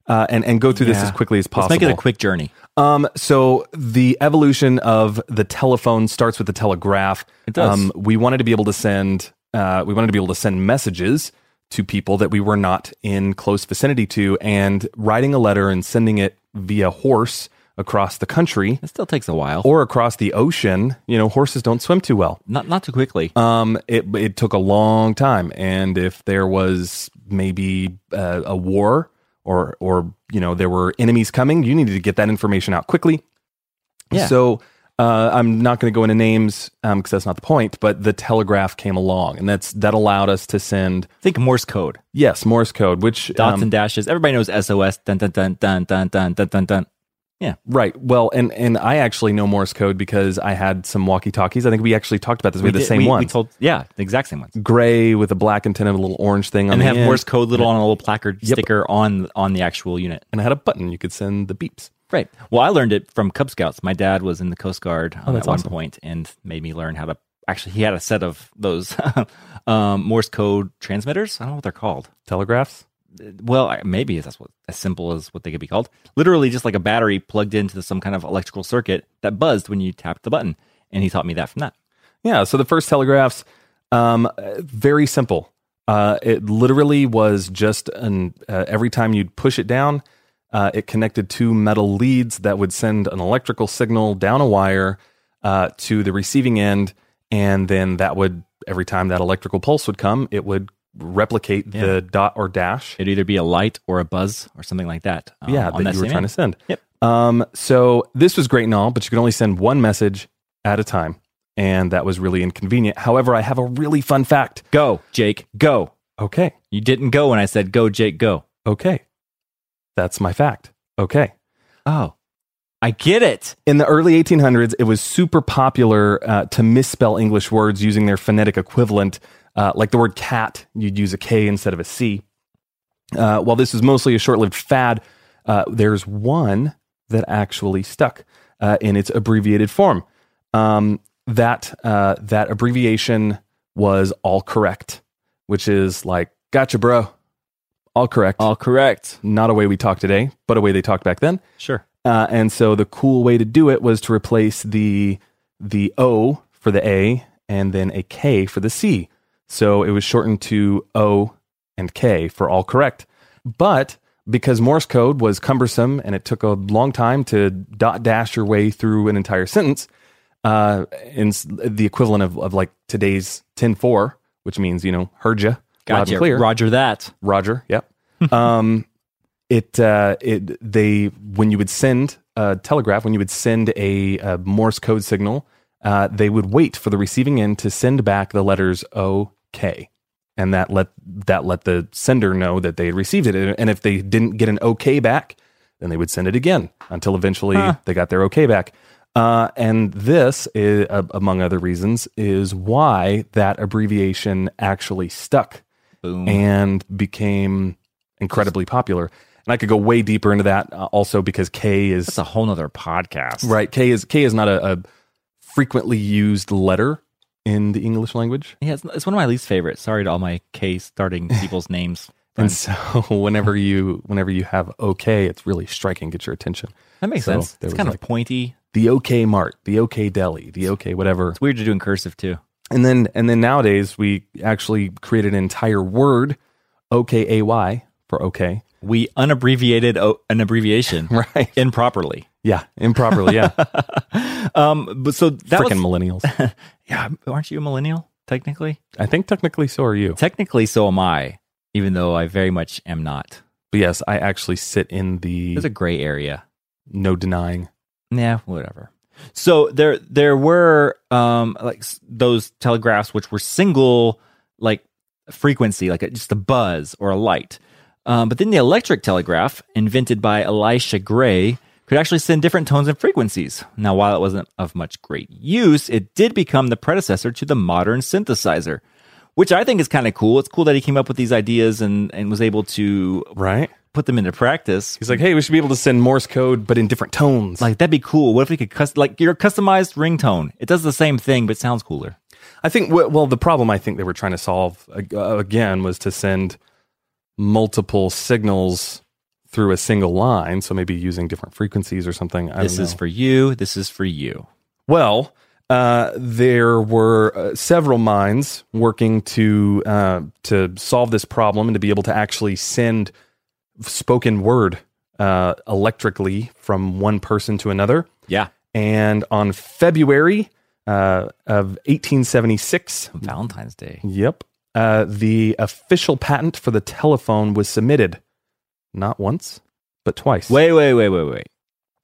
Speaker 4: uh, and and go through this as quickly as possible.
Speaker 6: Let's make it a quick journey.
Speaker 4: Um, so the evolution of the telephone starts with the telegraph. It
Speaker 6: does.
Speaker 4: Um, we wanted to be able to send. Uh, we wanted to be able to send messages to people that we were not in close vicinity to, and writing a letter and sending it via horse across the country
Speaker 6: It still takes a while.
Speaker 4: or across the ocean. You know, horses don't swim too well.
Speaker 6: not not too quickly. Uh,
Speaker 4: Um, it it took a long time, and if there was maybe uh, a war or or you know there were enemies coming, you needed to get that information out quickly.
Speaker 6: Yeah.
Speaker 4: So uh, I'm not going to go into names because that's not the point. But the telegraph came along, and that's that allowed us to send
Speaker 6: Think Morse code.
Speaker 4: yes Morse code, which
Speaker 6: Dots
Speaker 4: um,
Speaker 6: and dashes. Everybody knows SOS. Dun dun dun dun dun dun dun dun dun.
Speaker 4: right. Well, and and I actually know Morse code because I had some walkie talkies. I think we actually talked about this. We, had the
Speaker 6: did-
Speaker 4: same
Speaker 6: we,
Speaker 4: one.
Speaker 6: We told, yeah, the exact same ones.
Speaker 4: gray with a black antenna, with a little orange thing on
Speaker 6: and
Speaker 4: the
Speaker 6: they have
Speaker 4: end.
Speaker 6: Morse code little on a little placard sticker on on the actual unit.
Speaker 4: and I had a button you could send the beeps.
Speaker 6: Right. Well, I learned it from Cub Scouts. My dad was in the Coast Guard um,
Speaker 4: Oh,
Speaker 6: at
Speaker 4: that's
Speaker 6: one
Speaker 4: awesome.
Speaker 6: point and made me learn how to. Actually, he had a set of those um, Morse code transmitters. I don't know what they're called.
Speaker 4: Telegraphs?
Speaker 6: well, I- maybe that's what as simple as what they could be called. Literally, just like a battery plugged into some kind of electrical circuit that buzzed when you tapped the button. And he taught me that from that.
Speaker 4: Yeah. So the first telegraphs, um, uh, very simple. Uh, it literally was just an uh, every time you'd push it down, uh, it connected two metal leads that would send an electrical signal down a wire uh, to the receiving end, and then that would every time that electrical pulse would come, it would replicate the dot or dash.
Speaker 6: It'd either be a light or a buzz or something like that. um,
Speaker 4: yeah,
Speaker 6: on
Speaker 4: that you were
Speaker 6: same
Speaker 4: trying
Speaker 6: end.
Speaker 4: to send.
Speaker 6: Yep.
Speaker 4: Um, so this was great and all, but you could only send one message at a time, and that was really inconvenient. However, I have a really fun fact.
Speaker 6: Go, Jake, go.
Speaker 4: Okay.
Speaker 6: You didn't go when I said go, Jake, go.
Speaker 4: Okay. That's my fact. Okay.
Speaker 6: Oh, I get it.
Speaker 4: In the early 1800s, it was super popular uh, to misspell English words using their phonetic equivalent. Uh, like the word cat, you'd use a K instead of a C. Uh, while this was mostly a short lived fad, uh, there's one that actually stuck uh, in its abbreviated form. Um, that, uh, that abbreviation was all correct, which is like, gotcha, bro. All correct.
Speaker 6: All correct.
Speaker 4: Not a way we talk today, but a way they talked back then.
Speaker 6: Sure.
Speaker 4: Uh, and so the cool way to do it was to replace the the O for the A and then a K for the C. So it was shortened to O and K for all correct. But because Morse code was cumbersome and it took a long time to dot dash your way through an entire sentence, uh, in s- the equivalent of, of like today's 10 4, which means, you know, heard ya, loud
Speaker 6: Gotcha.
Speaker 4: and clear.
Speaker 6: Roger that.
Speaker 4: Roger. Yep. um, it uh, it they when you would send a telegraph when you would send a, uh Morse code signal, uh, they would wait for the receiving end to send back the letters O K, and that let that let the sender know that they had received it. And if they didn't get an OK back, then they would send it again until eventually they got their OK back. Uh, and this, is, uh, among other reasons, is why that abbreviation actually stuck
Speaker 6: Boom.
Speaker 4: and became incredibly popular. And I could go way deeper into that uh, also because K
Speaker 6: That's
Speaker 4: is
Speaker 6: a whole nother podcast.
Speaker 4: right. K is K is not a, a frequently used letter in the English language,
Speaker 6: Yeah, it's, it's one of my least favorites. Sorry to all my K starting people's names.
Speaker 4: and so whenever you whenever you have OK, it's really striking, get your attention.
Speaker 6: That makes
Speaker 4: So
Speaker 6: sense.
Speaker 4: there
Speaker 6: It's
Speaker 4: was
Speaker 6: kind
Speaker 4: like-
Speaker 6: of pointy.
Speaker 4: The OK Mart, the OK Deli, the OK whatever.
Speaker 6: It's weird to do in cursive too.
Speaker 4: And then and then nowadays we actually create an entire word, OK AY for OK.
Speaker 6: We unabbreviated o- an abbreviation
Speaker 4: Right.
Speaker 6: improperly.
Speaker 4: Yeah, improperly, yeah.
Speaker 6: Um, but so that
Speaker 4: Freaking
Speaker 6: was,
Speaker 4: millennials.
Speaker 6: yeah. Aren't you a millennial technically?
Speaker 4: I think technically so are you.
Speaker 6: Technically, so am I. Even though I very much am not.
Speaker 4: But yes, I actually sit in the
Speaker 6: There's a gray area.
Speaker 4: no denying.
Speaker 6: Yeah, whatever. So there there were um like s- those telegraphs which were single like frequency like a, just a buzz or a light. Um, but then the electric telegraph invented by Elisha Gray could actually send different tones and frequencies. Now while it wasn't of much great use, it did become the predecessor to the modern synthesizer, which I think is kind of cool. It's cool that he came up with these ideas and and was able to
Speaker 4: Right?
Speaker 6: put them into practice.
Speaker 4: He's like, hey, we should be able to send Morse code, but in different tones.
Speaker 6: Like that'd be cool. What if we could cust- like your customized ringtone? It does the same thing, but sounds cooler.
Speaker 4: I think, w- well, the problem I think they were trying to solve ag- uh, again was to send multiple signals through a single line. So maybe using different frequencies or something. I
Speaker 6: This
Speaker 4: don't
Speaker 6: is
Speaker 4: know.
Speaker 6: for you. This is for you.
Speaker 4: Well, uh, there were uh, several minds working to uh, to solve this problem and to be able to actually send spoken word uh, electrically from one person to another.
Speaker 6: Yeah,
Speaker 4: And on February uh, of 1876,
Speaker 6: Valentine's Day.
Speaker 4: yep, uh, the official patent for the telephone was submitted. Not once, but twice.
Speaker 6: Wait, wait, wait, wait, wait.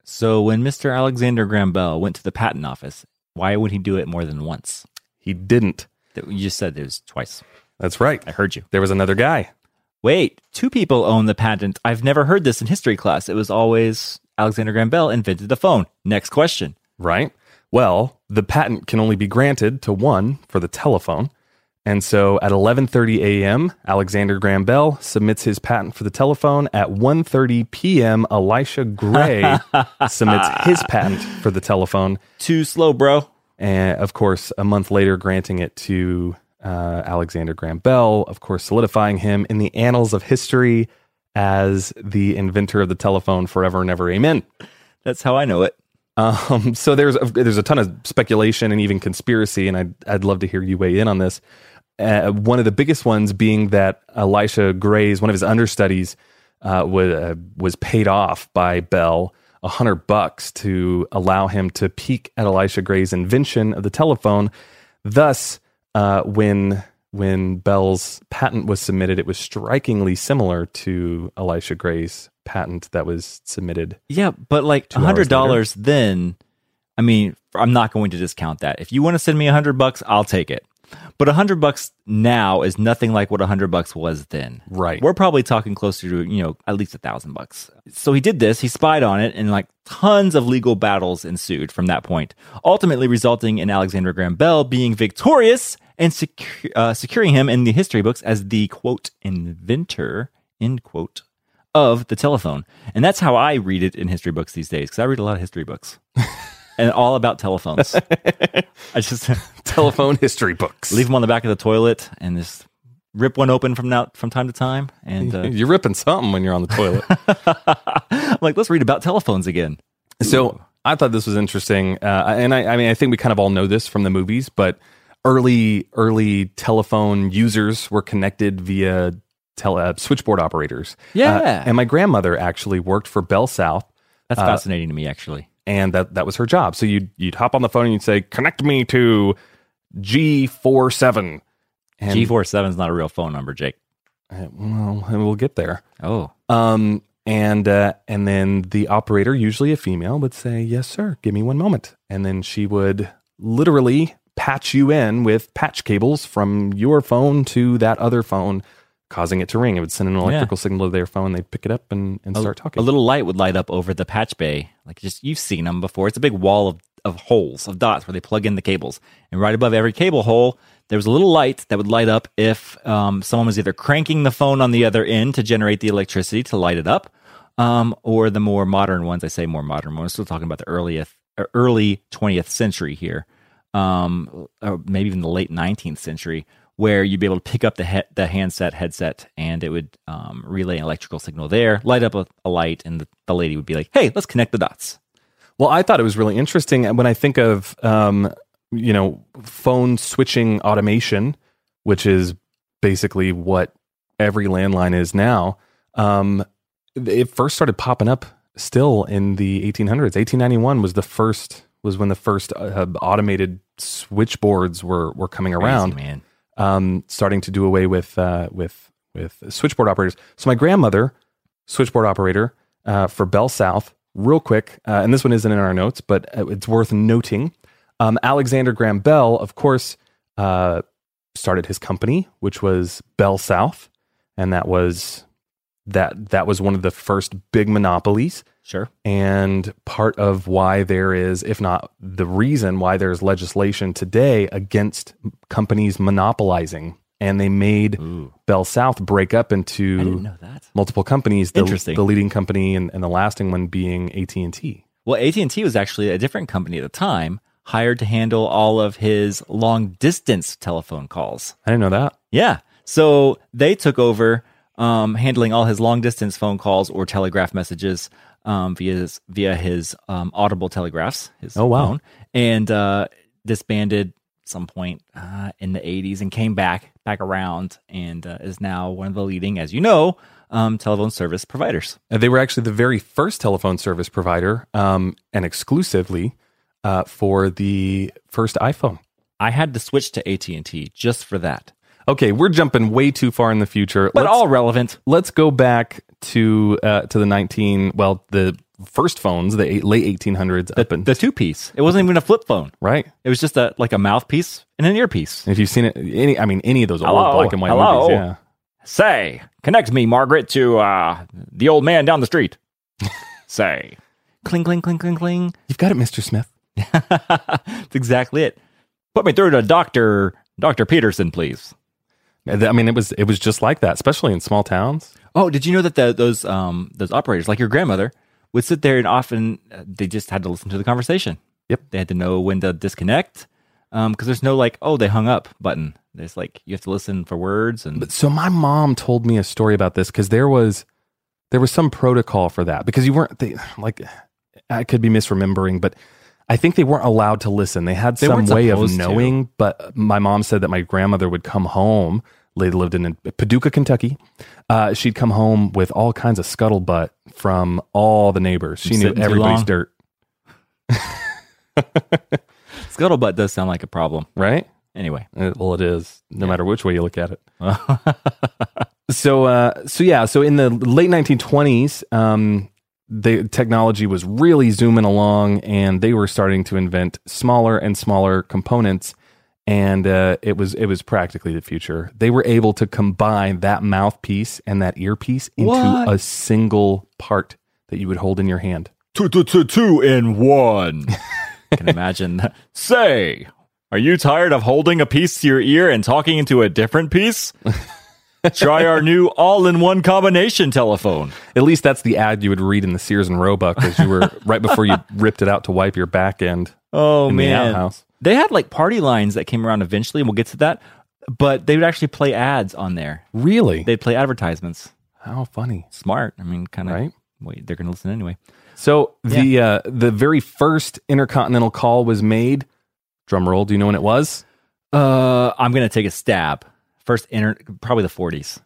Speaker 6: So when Mr. Alexander Graham Bell went to the patent office, why would he do it more than once?
Speaker 4: He didn't.
Speaker 6: That- You just said it was twice.
Speaker 4: That's right.
Speaker 6: I heard you.
Speaker 4: There was another guy.
Speaker 6: Wait, two people own the patent. I've never heard this in history class. It was always Alexander Graham Bell invented the phone. Next question.
Speaker 4: right? Well, the patent can only be granted to one for the telephone. And so at 11:30 a.m., Alexander Graham Bell submits his patent for the telephone. At 1:30 p.m., Elisha Gray submits his patent for the telephone,
Speaker 6: Too slow, bro.
Speaker 4: and of course, a month later granting it to uh, Alexander Graham Bell, of course solidifying him in the annals of history as the inventor of the telephone forever and ever. Amen.
Speaker 6: That's how I know it.
Speaker 4: Um, so there's a, there's a ton of speculation and even conspiracy, and I'd I'd love to hear you weigh in on this. Uh, one of the biggest ones being that Elisha Gray's one of his understudies uh, was uh, was paid off by Bell a hundred bucks to allow him to peek at Elisha Gray's invention of the telephone. Thus, uh, when when Bell's patent was submitted, it was strikingly similar to Elisha Gray's patent that was submitted
Speaker 6: Yeah, but like a
Speaker 4: hours
Speaker 6: hundred dollars then I mean, I'm not going to discount that. If you want to send me a hundred bucks, I'll take it. But a hundred bucks now is nothing like what a hundred bucks was then.
Speaker 4: Right.
Speaker 6: We're probably talking closer to, you know, at least a thousand bucks. So he did this, he spied on it, and like tons of legal battles ensued from that point, ultimately resulting in Alexander Graham Bell being victorious and secu- uh, securing him in the history books as the quote inventor, end quote, of the telephone. And that's how I read it in history books these days, because I read a lot of history books and all about telephones. I just
Speaker 4: telephone history books.
Speaker 6: leave them on the back of the toilet and just rip one open from now from time to time. And uh,
Speaker 4: You're ripping something when you're on the toilet.
Speaker 6: I'm like, let's read about telephones again.
Speaker 4: so I thought this was interesting, uh, and I, I mean, I think we kind of all know this from the movies, but early early telephone users were connected via tele, uh, switchboard operators.
Speaker 6: Yeah.
Speaker 4: Uh, and my grandmother actually worked for Bell South,
Speaker 6: That's fascinating to me, actually.
Speaker 4: and that that was her job. So you'd you'd hop on the phone and you'd say, "Connect me to G 47 and
Speaker 6: G four seven is not a real phone number, Jake.
Speaker 4: Well, we'll get there.
Speaker 6: Oh,
Speaker 4: Um, and uh, and then the operator, usually a female, would say, "Yes, sir. Give me one moment." And then she would literally patch you in with patch cables from your phone to that other phone, causing it to ring. It would send an electrical signal to their phone. They'd pick it up and, and start talking.
Speaker 6: a little light would light up over the patch bay. Like just you've seen them before. It's a big wall of of holes of dots where they plug in the cables, and right above every cable hole, there was a little light that would light up if um, someone was either cranking the phone on the other end to generate the electricity to light it up, um, or the more modern ones. I say more modern ones. Still talking about the earliest, er, early twentieth century here. um, or maybe even the late 19th century, where you'd be able to pick up the he- the handset headset and it would um, relay an electrical signal there, light up a, a light, and the, the lady would be like, "Hey, let's connect the dots."
Speaker 4: Well, I thought it was really interesting And when I think of um, you know phone switching automation, which is basically what every landline is now. Um, it first started popping up still in the 1800s. 1891 was the first was when the first uh, automated switchboards were were coming
Speaker 6: Crazy,
Speaker 4: around
Speaker 6: man.
Speaker 4: um, starting to do away with uh, with with switchboard operators. So my grandmother, switchboard operator uh, for Bell South, real quick, uh, and this one isn't in our notes, but uh, it's worth noting. Um, Alexander Graham Bell, of course, uh, started his company, which was Bell South, and that was that that was one of the first big monopolies
Speaker 6: Sure.
Speaker 4: and part of why there is, if not the reason why there's legislation today against companies monopolizing. And they made
Speaker 6: Ooh,
Speaker 4: Bell South break up
Speaker 6: I didn't
Speaker 4: into
Speaker 6: know that.
Speaker 4: multiple companies. The,
Speaker 6: Interesting.
Speaker 4: The leading company and, and the lasting one being AT and T.
Speaker 6: Well, AT and T was actually a different company at the time, hired to handle all of his long distance telephone calls.
Speaker 4: I didn't know that.
Speaker 6: Yeah. So they took over um, handling all his long distance phone calls or telegraph messages um, via his, via his um, audible telegraphs. His
Speaker 4: Oh, wow.
Speaker 6: phone, and uh, disbanded some point uh, in the 80s and came back back around and uh, is now one of the leading, as you know, um, telephone service providers.
Speaker 4: Uh, They were actually the very first telephone service provider, um, and exclusively uh, for the first iPhone.
Speaker 6: I had to switch to AT and T just for that,
Speaker 4: Okay, we're jumping way too far in the future.
Speaker 6: but
Speaker 4: Let's-
Speaker 6: all relevant.
Speaker 4: let's go back to uh, to the 19 well the first phones the eight, late 1800s up and
Speaker 6: The two piece. It wasn't even a flip phone.
Speaker 4: right
Speaker 6: It was just a like a mouthpiece and an earpiece.
Speaker 4: if you've seen it any i mean any of those
Speaker 6: Hello?
Speaker 4: old black and white
Speaker 6: Hello?
Speaker 4: movies yeah
Speaker 6: Say, connect me, Margaret, to uh, the old man down the street. Say, cling, cling, cling, cling, cling.
Speaker 4: you've got it mr smith
Speaker 6: That's exactly it. Put me through to Doctor Doctor Peterson, please.
Speaker 4: Uh, th- i mean it was it was just like that especially in small towns
Speaker 6: Oh, did you know that the, those um, those operators, like your grandmother, would sit there and often uh, they just had to listen to the conversation.
Speaker 4: Yep.
Speaker 6: they had to know when to disconnect because there's no like, oh, they hung up button. It's like you have to listen for words and
Speaker 4: so my mom told me a story about this because there was there was some protocol for that because you weren't they, like I could be misremembering, but I think they weren't allowed to listen. They had
Speaker 6: They
Speaker 4: some
Speaker 6: weren't
Speaker 4: way of
Speaker 6: supposed to.
Speaker 4: knowing, but my mom said that my grandmother would come home. They lived in Paducah, Kentucky. Uh, she'd come home with all kinds of scuttlebutt from all the neighbors. She knew
Speaker 6: Sitting too
Speaker 4: everybody's
Speaker 6: long.
Speaker 4: dirt,
Speaker 6: Scuttlebutt does sound like a problem.
Speaker 4: right?
Speaker 6: Anyway,
Speaker 4: Uh, Well, it is, no matter which way you look at it. so, uh, so yeah, so in the late 1920s, um, the technology was really zooming along, and they were starting to invent smaller and smaller components, and uh, it was it was practically the future. They were able to combine that mouthpiece and that earpiece into
Speaker 6: What?
Speaker 4: a single part that you would hold in your hand.
Speaker 6: two, two, two, two in one. I can imagine that. Say, are you tired of holding a piece to your ear and talking into a different piece? Try our new all-in-one combination telephone.
Speaker 4: At least that's the ad you would read in the Sears and Roebuck as you were right before you ripped it out to wipe your back end.
Speaker 6: Oh
Speaker 4: in the
Speaker 6: man,
Speaker 4: outhouse.
Speaker 6: they had like party lines that came around eventually, and we'll get to that. But they would actually play ads on there.
Speaker 4: Really?
Speaker 6: They'd play advertisements.
Speaker 4: How funny.
Speaker 6: Smart. I mean, kind of.
Speaker 4: Right.
Speaker 6: Wait, they're gonna listen anyway.
Speaker 4: So the uh, the very first intercontinental call was made. Drum roll. Do you know when it was?
Speaker 6: Uh, I'm gonna take a stab. First, inter- probably the 40s.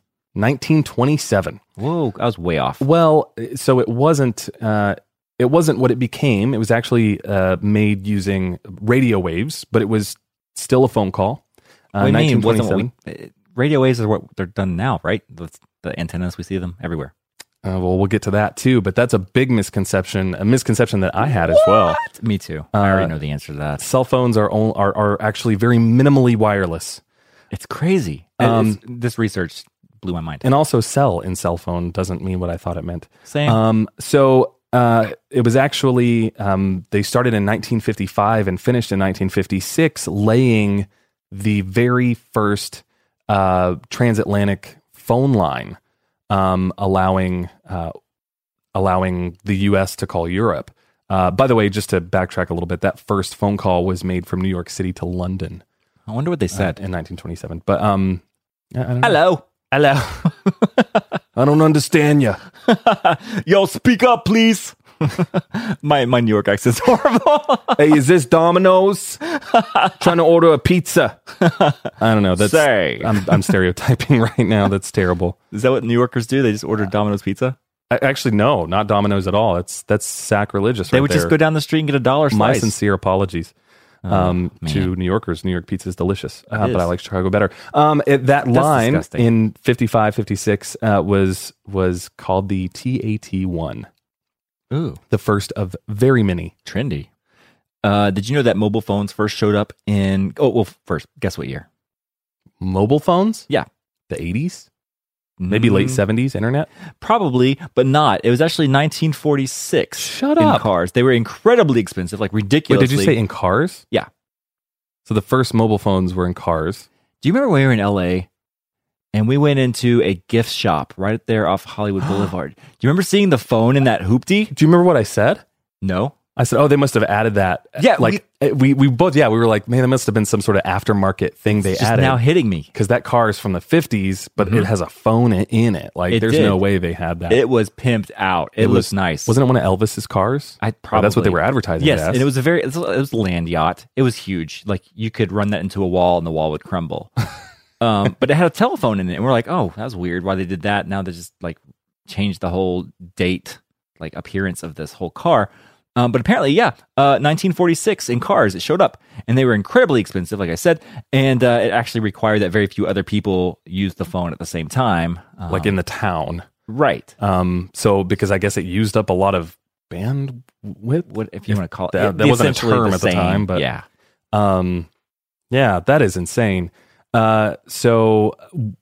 Speaker 4: 1927.
Speaker 6: Whoa, I was way off.
Speaker 4: Well, so it wasn't uh, it wasn't what it became. It was actually uh, made using radio waves, but it was still a phone call. Uh,
Speaker 6: What do you mean, wasn't
Speaker 4: 1927.
Speaker 6: what we- uh, radio waves are what they're done now, right? The, the antennas we see them everywhere.
Speaker 4: Uh, well, we'll get to that too, but that's a big misconception, a misconception that I had as well.
Speaker 6: Me too. Uh, I already know the answer to that.
Speaker 4: Cell phones are, on, are are actually very minimally wireless.
Speaker 6: It's crazy.
Speaker 4: Um,
Speaker 6: It's- this research blew my mind.
Speaker 4: and also cell in cell phone doesn't mean what I thought it meant.
Speaker 6: Same.
Speaker 4: Um, so uh, it was actually um, they started in 1955 and finished in 1956, laying the very first uh, transatlantic phone line, um, allowing uh, allowing the U.S. to call Europe. Uh, by the way, just to backtrack a little bit, that first phone call was made from New York City to London
Speaker 6: I wonder what they
Speaker 4: uh,
Speaker 6: said.
Speaker 4: in 1927. But um, I, I don't know.
Speaker 6: Uh, Hello. Hello.
Speaker 4: I don't understand you.
Speaker 6: Yo, speak up, please. my my New York accent's horrible.
Speaker 4: hey, is this Domino's? Trying to order a pizza. I don't know. That's
Speaker 6: Say.
Speaker 4: I'm, I'm stereotyping right now. That's terrible.
Speaker 6: Is that what New Yorkers do? They just order Domino's pizza.
Speaker 4: I, actually, no, not Domino's at all. That's that's sacrilegious.
Speaker 6: They
Speaker 4: right
Speaker 6: would just go
Speaker 4: there.
Speaker 6: down the street and get a dollar
Speaker 4: My
Speaker 6: slice.
Speaker 4: sincere apologies. Um, to New Yorkers, New York pizza is delicious, uh, but I
Speaker 6: is.
Speaker 4: like Chicago better. Um, it, that line
Speaker 6: disgusting.
Speaker 4: in 55, 56 uh, was was called the TAT one,
Speaker 6: Ooh,
Speaker 4: the first of very many.
Speaker 6: trendy. Uh, did you know that mobile phones first showed up in? Oh, well, first, guess what year?
Speaker 4: mobile phones?
Speaker 6: Yeah.
Speaker 4: The 80s? Maybe late
Speaker 6: Mm,
Speaker 4: 70s internet?
Speaker 6: Probably, but not. It was actually 1946.
Speaker 4: Shut
Speaker 6: in
Speaker 4: up.
Speaker 6: Cars. They were incredibly expensive, like
Speaker 4: Wait,
Speaker 6: ridiculously.
Speaker 4: did you say in cars?
Speaker 6: Yeah.
Speaker 4: So the first mobile phones were in cars.
Speaker 6: Do you remember when we were in LA and we went into a gift shop right there off Hollywood Boulevard? Do you remember seeing the phone in that hoopty?
Speaker 4: Do you remember what I said?
Speaker 6: No.
Speaker 4: I said, oh, they must have added that.
Speaker 6: Yeah,
Speaker 4: Like, eh, we, we, both, yeah, we were like, man, that must have been some sort of aftermarket thing they
Speaker 6: It's just
Speaker 4: added.
Speaker 6: now hitting me.
Speaker 4: because that car is from the 50s, but it has a phone i- in it. Like,
Speaker 6: It
Speaker 4: there's
Speaker 6: did.
Speaker 4: no way they had that.
Speaker 6: It was pimped out. It,
Speaker 4: It
Speaker 6: looked nice.
Speaker 4: Wasn't it one of Elvis's cars?
Speaker 6: I
Speaker 4: Or
Speaker 6: probably
Speaker 4: that's what they were advertising it
Speaker 6: Yes,
Speaker 4: as.
Speaker 6: and it was a very it was, it was a land yacht. It was huge. Like you could run that into a wall and the wall would crumble. um, but it had a telephone in it, and we're like, oh, that was weird. Why they did that? Now they just like changed the whole date, like appearance of this whole car. Um, but apparently, yeah, uh, 1946 in cars, it showed up, and they were incredibly expensive, like I said, and uh, it actually required that very few other people use the phone at the same time. Um,
Speaker 4: like in the town.
Speaker 6: right,
Speaker 4: Um, so, because I guess it used up a lot of bandwidth.
Speaker 6: what if you want to call it?
Speaker 4: that-
Speaker 6: it-
Speaker 4: that wasn't a
Speaker 6: essentially
Speaker 4: term at the
Speaker 6: same.
Speaker 4: time, but-
Speaker 6: yeah,
Speaker 4: Um, yeah, that is insane. Uh, so w-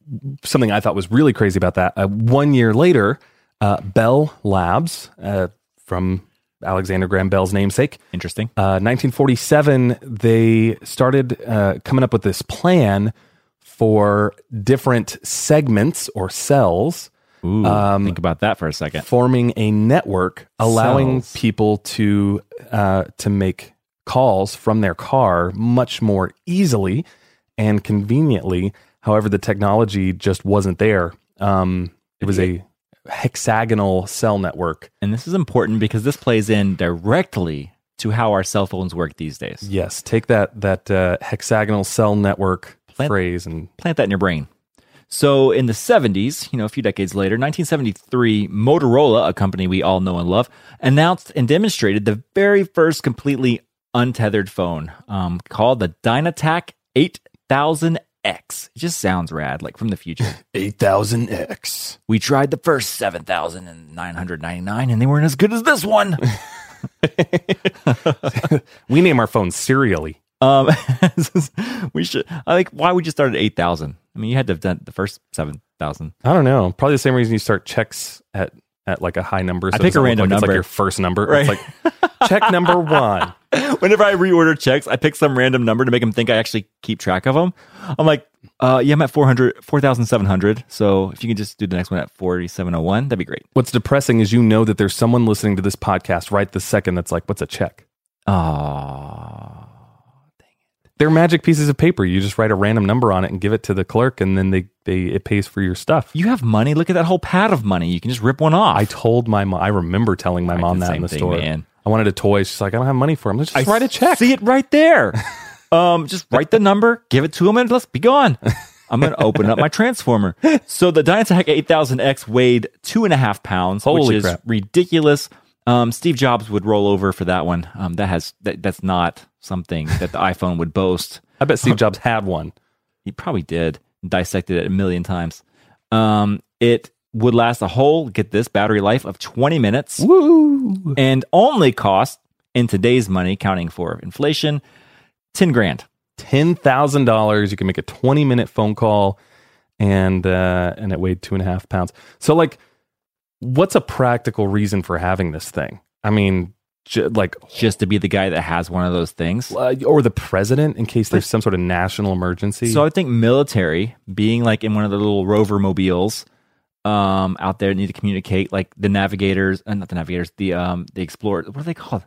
Speaker 4: something I thought was really crazy about that. Uh, one year later, uh, Bell Labs, uh, from Alexander Graham Bell's namesake,
Speaker 6: interesting.
Speaker 4: uh, 1947, they started uh, coming up with this plan for different segments or cells,
Speaker 6: Ooh,
Speaker 4: Um,
Speaker 6: think about that for a second.
Speaker 4: forming a network allowing
Speaker 6: Cells.
Speaker 4: people to uh, to make calls from their car much more easily and conveniently. However, the technology just wasn't there. Um, it was a hexagonal cell network.
Speaker 6: And this is important because this plays in directly to how our cell phones work these days.
Speaker 4: Yes, take that that uh, hexagonal cell network
Speaker 6: Plant-
Speaker 4: phrase and
Speaker 6: Plant that in your brain. So in the 70s, you know, a few decades later, 1973, Motorola, a company we all know and love, announced and demonstrated the very first completely untethered phone um, called the Dynatac 8000X. It just sounds rad, like from the future.
Speaker 4: 8000X.
Speaker 6: we tried the first 7,999 and they weren't as good as this one.
Speaker 4: We name our phones serially.
Speaker 6: Um, we should. I like. Why would you start at eight thousand? I mean, you had to have done the first seven thousand.
Speaker 4: I don't know. Probably the same reason you start checks at at like a high number. So
Speaker 6: pick
Speaker 4: it's not
Speaker 6: a random
Speaker 4: like, It's like
Speaker 6: number.
Speaker 4: your first number. It's like check number one.
Speaker 6: Whenever I reorder checks, I pick some random number to make them think I actually keep track of them. I'm like, uh, yeah, I'm at 400, 4,700. So if you can just do the next one at forty seven oh one, that'd be great.
Speaker 4: What's depressing is you know that there's someone listening to this podcast right this second that's like, what's a check?
Speaker 6: Oh,
Speaker 4: They're magic pieces of paper. You just write a random number on it and give it to the clerk, and then they, they it pays for your stuff.
Speaker 6: you have money. Look at that whole pad of money. You can just rip one off.
Speaker 4: I told my mom. I remember telling my
Speaker 6: I
Speaker 4: mom
Speaker 6: did the
Speaker 4: that in
Speaker 6: same
Speaker 4: the
Speaker 6: thing,
Speaker 4: store.
Speaker 6: man.
Speaker 4: I wanted a toy. She's like, I don't have money for them. Let's just
Speaker 6: I
Speaker 4: write a check.
Speaker 6: See it right there. um, just write the number, give it to him, and let's be gone. I'm going to open up my transformer. So the Dynatac 8000X weighed two and a half pounds,
Speaker 4: Holy
Speaker 6: which is
Speaker 4: crap.
Speaker 6: ridiculous. Um, Steve Jobs would roll over for that one. Um, that has that, that's not something that the iPhone would boast.
Speaker 4: I bet Steve Jobs had one.
Speaker 6: He probably did dissected it a million times. Um, it would last a whole get this battery life of 20 minutes
Speaker 4: Woo!
Speaker 6: and only cost in today's money, counting for inflation, 10 grand.
Speaker 4: Ten thousand dollars. You can make a twenty minute phone call, and uh, and it weighed two and a half pounds. So like, what's a practical reason for having this thing? I mean, j- like
Speaker 6: Just to be the guy that has one of those things.
Speaker 4: uh, or the president in case there's some sort of national emergency.
Speaker 6: So I think military being like in one of the little rover mobiles um, out there need to communicate like the navigators and not the navigators, the um the explorers. What are they called?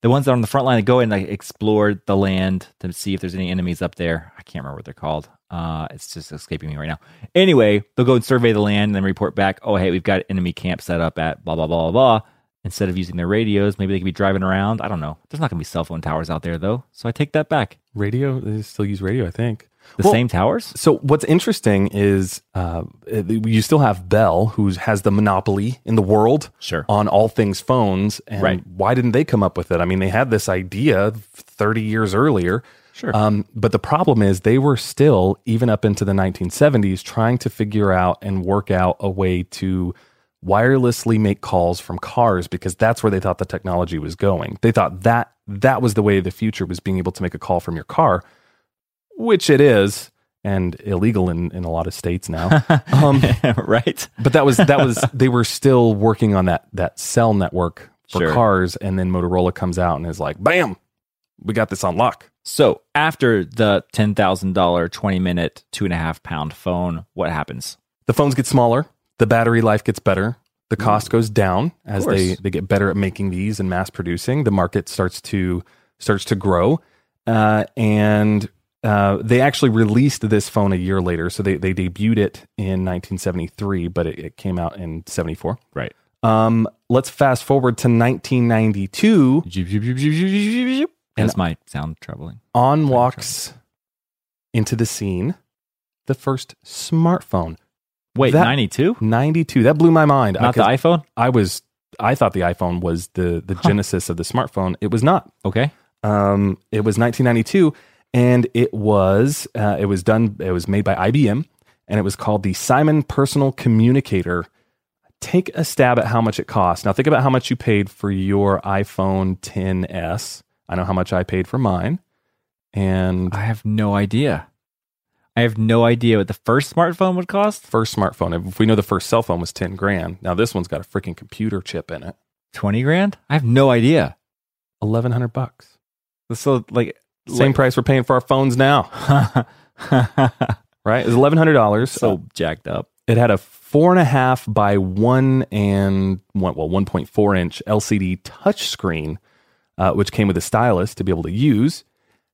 Speaker 6: The ones that are on the front line that go and like explore the land to see if there's any enemies up there. I can't remember what they're called. Uh, it's just escaping me right now. Anyway, they'll go and survey the land and then report back. Oh, hey, we've got enemy camp set up at blah blah blah blah blah. Instead of using their radios, maybe they could be driving around. I don't know. There's not going to be cell phone towers out there though, so I take that back.
Speaker 4: radio, they still use radio, I think.
Speaker 6: The
Speaker 4: Well,
Speaker 6: same towers.
Speaker 4: So what's interesting is uh, you still have Bell, who has the monopoly in the world
Speaker 6: Sure.
Speaker 4: on all things phones. And
Speaker 6: Right.
Speaker 4: why didn't they come up with it? I mean, they had this idea 30 years earlier.
Speaker 6: Sure.
Speaker 4: Um, but the problem is they were still, even up into the 1970s, trying to figure out and work out a way to wirelessly make calls from cars because that's where they thought the technology was going. They thought that that was the way of the future was being able to make a call from your car which it is and illegal in, in a lot of states now um,
Speaker 6: right?
Speaker 4: but that was that was they were still working on that that cell network for
Speaker 6: Sure.
Speaker 4: cars and then motorola comes out and is like bam we got this on lock
Speaker 6: So after the ten thousand dollar, twenty minute, two and a half pound phone, what happens?
Speaker 4: the phones get smaller the battery life gets better the cost goes down as
Speaker 6: Mm. course.
Speaker 4: they they get better at making these and mass producing the market starts to starts to grow uh, and uh, they actually released this phone a year later so they, they debuted it in 1973 but it, it came out in 74
Speaker 6: Right.
Speaker 4: um, let's fast forward to 1992
Speaker 6: That's my sound troubling.
Speaker 4: on walks into the scene the first smartphone
Speaker 6: Wait,
Speaker 4: That-
Speaker 6: ninety two?
Speaker 4: 92 that blew my mind
Speaker 6: Not the
Speaker 4: I,
Speaker 6: iPhone?
Speaker 4: I was I thought the iPhone was the the genesis of the smartphone. It was not.
Speaker 6: Okay.
Speaker 4: Um, it was 1992, and it was uh, it was done. It was made by IBM, and it was called the Simon Personal Communicator. Take a stab at how much it cost. Now think about how much you paid for your iPhone 10s. I know how much I paid for mine, and
Speaker 6: I have no idea. I have no idea what the first smartphone would cost.
Speaker 4: first smartphone. If we know the first cell phone was 10 grand, now this one's got a freaking computer chip in it.
Speaker 6: Twenty grand? I have no idea.
Speaker 4: 1100 bucks.
Speaker 6: So like
Speaker 4: Same price we're paying for our phones now. right? It was eleven hundred dollars. So
Speaker 6: so jacked up.
Speaker 4: it had a four and a half by one and one, well, one point four inch LCD touchscreen, uh, which came with a stylus to be able to use.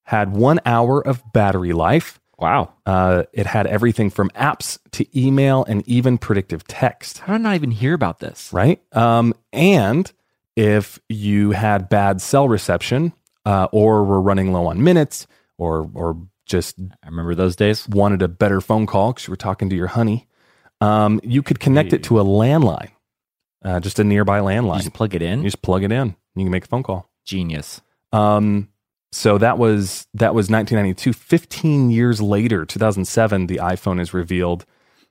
Speaker 4: Had one hour of battery life.
Speaker 6: Wow.
Speaker 4: Uh, it had everything from apps to email and even predictive text,
Speaker 6: How did I not even hear about this?
Speaker 4: right? Um, and if you had bad cell reception uh, or were running low on minutes or, or just
Speaker 6: I remember those days.
Speaker 4: wanted a better phone call because you were talking to your honey, um, you could connect it to a landline, uh, just a nearby
Speaker 6: You
Speaker 4: landline.
Speaker 6: just plug it
Speaker 4: You
Speaker 6: in.
Speaker 4: just plug it in. You can make a phone call.
Speaker 6: Genius.
Speaker 4: Um, so that was that was 1992. 15 years later, 2007, the iPhone is revealed.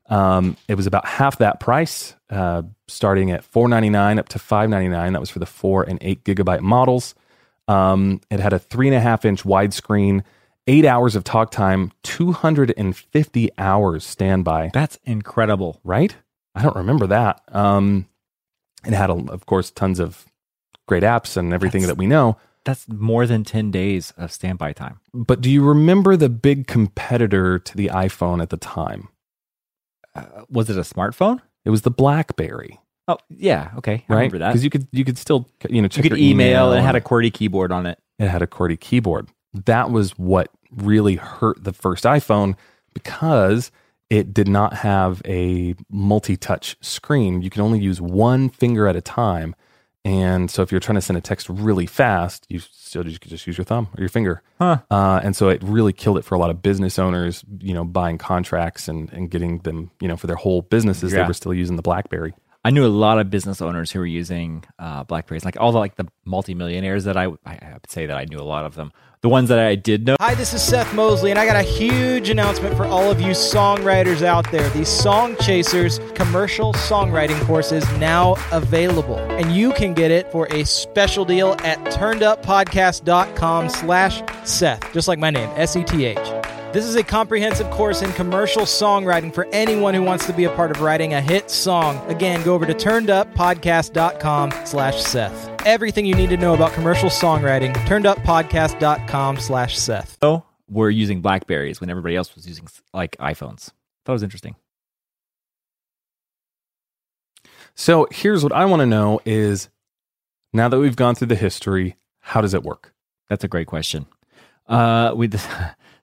Speaker 4: Um, it was about half that price, uh, starting at 499 up to 599. That was for the four and eight gigabyte models. Um, it had a three and a half inch widescreen, eight hours of talk time, 250 hours standby.
Speaker 6: That's incredible.
Speaker 4: Right? I don't remember that. Um, it had, a, of course, tons of great apps and everything
Speaker 6: That's-
Speaker 4: that we know.
Speaker 6: That's more than 10 days of standby time.
Speaker 4: But do you remember the big competitor to the iPhone at the time?
Speaker 6: Uh, was it a smartphone?
Speaker 4: It was the BlackBerry,
Speaker 6: Oh, yeah. Okay. I
Speaker 4: right?
Speaker 6: remember that.
Speaker 4: Because you could you could still you know
Speaker 6: you
Speaker 4: check
Speaker 6: could
Speaker 4: your
Speaker 6: email and it had a
Speaker 4: and
Speaker 6: QWERTY keyboard on it.
Speaker 4: it had a QWERTY keyboard. That was what really hurt the first iPhone because it did not have a multi-touch screen. You could only use one finger at a time, and so if you're trying to send a text really fast, you still you could just use your thumb or your finger.
Speaker 6: Huh.
Speaker 4: Uh, and so it really killed it for a lot of business owners, you know, buying contracts and, and getting them, you know, for their whole businesses, they
Speaker 6: Yeah.
Speaker 4: were still using the BlackBerry.
Speaker 6: I knew a lot of business owners who were using uh, Blackberries, like all the like the multimillionaires that I I I would say that I knew a lot of them. The ones that I did know,
Speaker 7: Hi, this is Seth Mosley, and I got a huge announcement for all of you songwriters out there. The Song Chasers commercial songwriting course is now available, and you can get it for a special deal at turneduppodcast.com slash Seth, just like my name, E S-E-T-H. This is a comprehensive course in commercial songwriting for anyone who wants to be a part of writing a hit song. Again, go over to turneduppodcast.com slash Seth. Everything you need to know about commercial songwriting, turneduppodcast.com slash Seth.
Speaker 6: were using Blackberries when everybody else was using like iPhones. That was interesting.
Speaker 4: So here's what I want to know is now that we've gone through the history, how does it work?
Speaker 6: That's a great question. Uh, we it's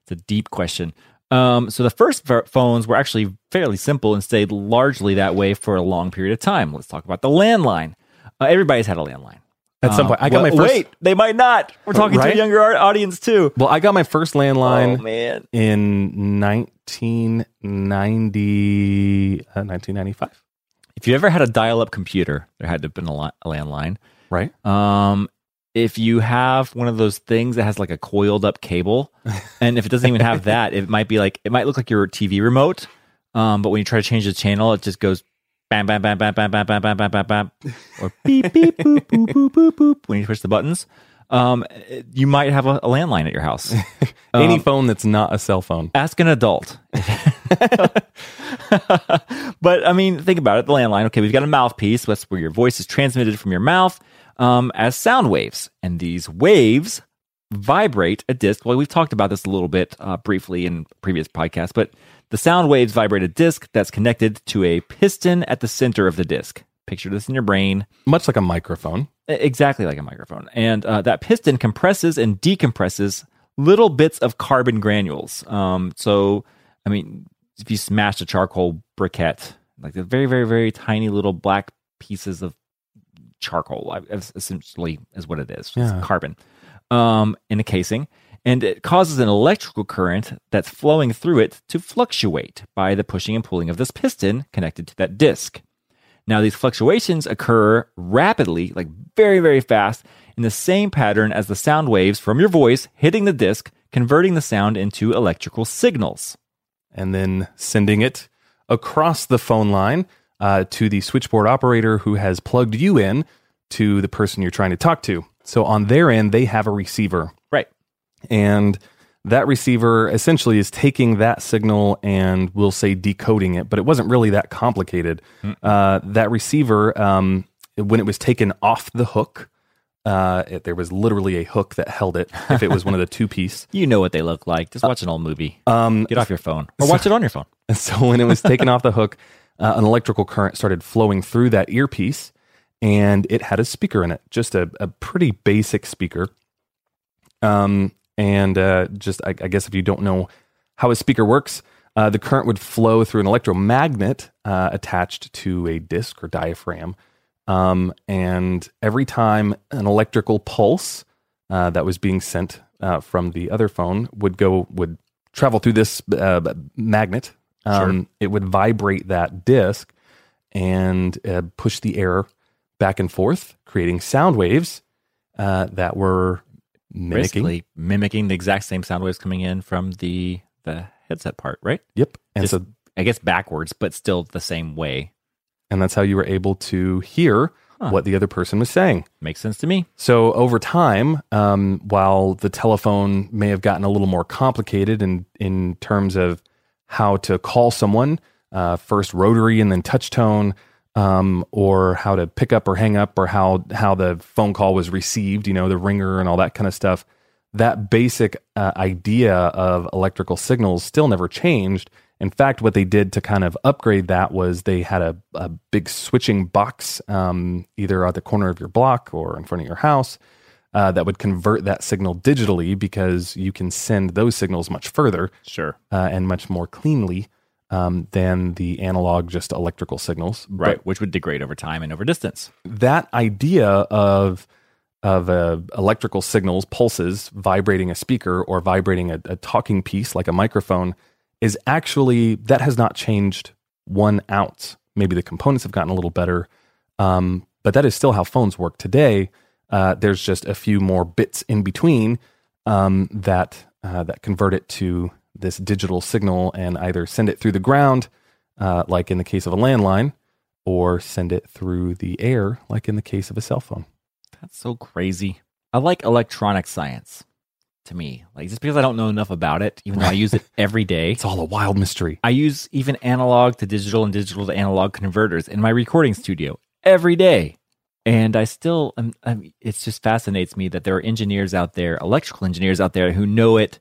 Speaker 6: a deep question. Um, so the first ver- phones were actually fairly simple and stayed largely that way for a long period of time. Let's talk about the landline. Uh, everybody's had a landline
Speaker 4: At some
Speaker 6: Um,
Speaker 4: point, I got
Speaker 6: well,
Speaker 4: my first.
Speaker 6: Wait, they might not. We're talking to
Speaker 4: Right?
Speaker 6: a younger ar- audience too.
Speaker 4: Well, I got my first landline
Speaker 6: Oh man.
Speaker 4: in 1990, uh, 1995,
Speaker 6: if you ever had a dial-up computer, there had to have been a, li- a landline.
Speaker 4: right?
Speaker 6: Um, if you have one of those things that has like a coiled-up cable, and if it doesn't even have that, it might be like it might look like your TV remote. Um, but when you try to change the channel, it just goes bam, bam, bam, bam, bam, bam, bam, bam, bam, bam, bam, or beep, beep, boop, boop, boop, boop, boop. When you push the buttons, um, it- you might have a, a landline at your house.
Speaker 4: Any phone that's not a cell phone.
Speaker 6: ask an adult. but I mean, think about it. The landline. Okay, we've got a mouthpiece. That's where your voice is transmitted from your mouth um, as sound waves, and these waves vibrate a disc. Well, we've talked about this a little bit uh, briefly in previous podcasts, but the sound waves vibrate a disc that's connected to a piston at the center of the disc. Picture this in your brain.
Speaker 4: Much like a microphone.
Speaker 6: E, Exactly like a microphone. And uh, that piston compresses and decompresses little bits of carbon granules. Um, so, I mean, if you smashed a charcoal briquette, like the very, very, very tiny little black pieces of charcoal, I- es- essentially, is what it is. It's
Speaker 4: Yeah.
Speaker 6: carbon um, in a casing. And it causes an electrical current that's flowing through it to fluctuate by the pushing and pulling of this piston connected to that disc. Now, these fluctuations occur rapidly, like very, very fast, in the same pattern as the sound waves from your voice hitting the disc, converting the sound into electrical signals.
Speaker 4: and then sending it across the phone line uh, to the switchboard operator who has plugged you in to the person you're trying to talk to. So on their end, they have a receiver,
Speaker 6: Right.
Speaker 4: and that receiver essentially is taking that signal and we'll say decoding it, but it wasn't really that complicated. Uh, that receiver, um, when it was taken off the hook, uh, it, there was literally a hook that held it if it was one of the two piece.
Speaker 6: You know what they look like.
Speaker 4: Uh,
Speaker 6: Just watch an old movie. Um, Get off your phone or watch it on your phone.
Speaker 4: And so when it was taken off the hook, uh, an electrical current started flowing through that earpiece and it had a speaker in it, just a, a pretty basic speaker. Um, and uh, just, I, I guess, if you don't know how his speaker works. Uh, the current would flow through an electromagnet uh, attached to a disc or diaphragm. Um, and every time an electrical pulse uh, that was being sent uh, from the other phone would go, would travel through this uh, magnet, um, it would vibrate that disc and uh, push the air back and forth, creating sound waves uh, that were mimicking.
Speaker 6: Basically mimicking the exact same sound waves coming in from the the headset part, right?
Speaker 4: Yep. And
Speaker 6: Just,
Speaker 4: so
Speaker 6: I guess backwards, but still the same way.
Speaker 4: and that's how you were able to hear what the other person was saying.
Speaker 6: Makes sense to me.
Speaker 4: So over time, um, while the telephone may have gotten a little more complicated in in terms of how to call someone, uh, first rotary and then touch tone, um, or how to pick up or hang up, or how how the phone call was received, you know, the ringer and all that kind of stuff. That basic uh, idea of electrical signals still never changed. In fact, what they did to kind of upgrade that was they had a, a big switching box, um, either at the corner of your block or in front of your house, uh, that would convert that signal digitally because you can send those signals much further
Speaker 6: Sure.
Speaker 4: uh, and much more cleanly um, than the analog, just electrical signals. But
Speaker 6: Right. Which would degrade over time and over distance.
Speaker 4: that idea of of uh, electrical signals, pulses vibrating a speaker or vibrating a, a talking piece like a microphone is actually that has not changed one ounce. Maybe the components have gotten a little better, um, but that is still how phones work today. Uh, there's just a few more bits in between um, that uh, that convert it to this digital signal and either send it through the ground, uh, like in the case of a landline, or send it through the air, like in the case of a cell phone.
Speaker 6: That's so crazy. I like electronic science to me. Like just because I don't know enough about it, even though I use it every day.
Speaker 4: It's all a wild mystery.
Speaker 6: I use even analog to digital and digital to analog converters in my recording studio every day. And I still, am, I'm, it's just fascinates me that there are engineers out there, electrical engineers out there who know it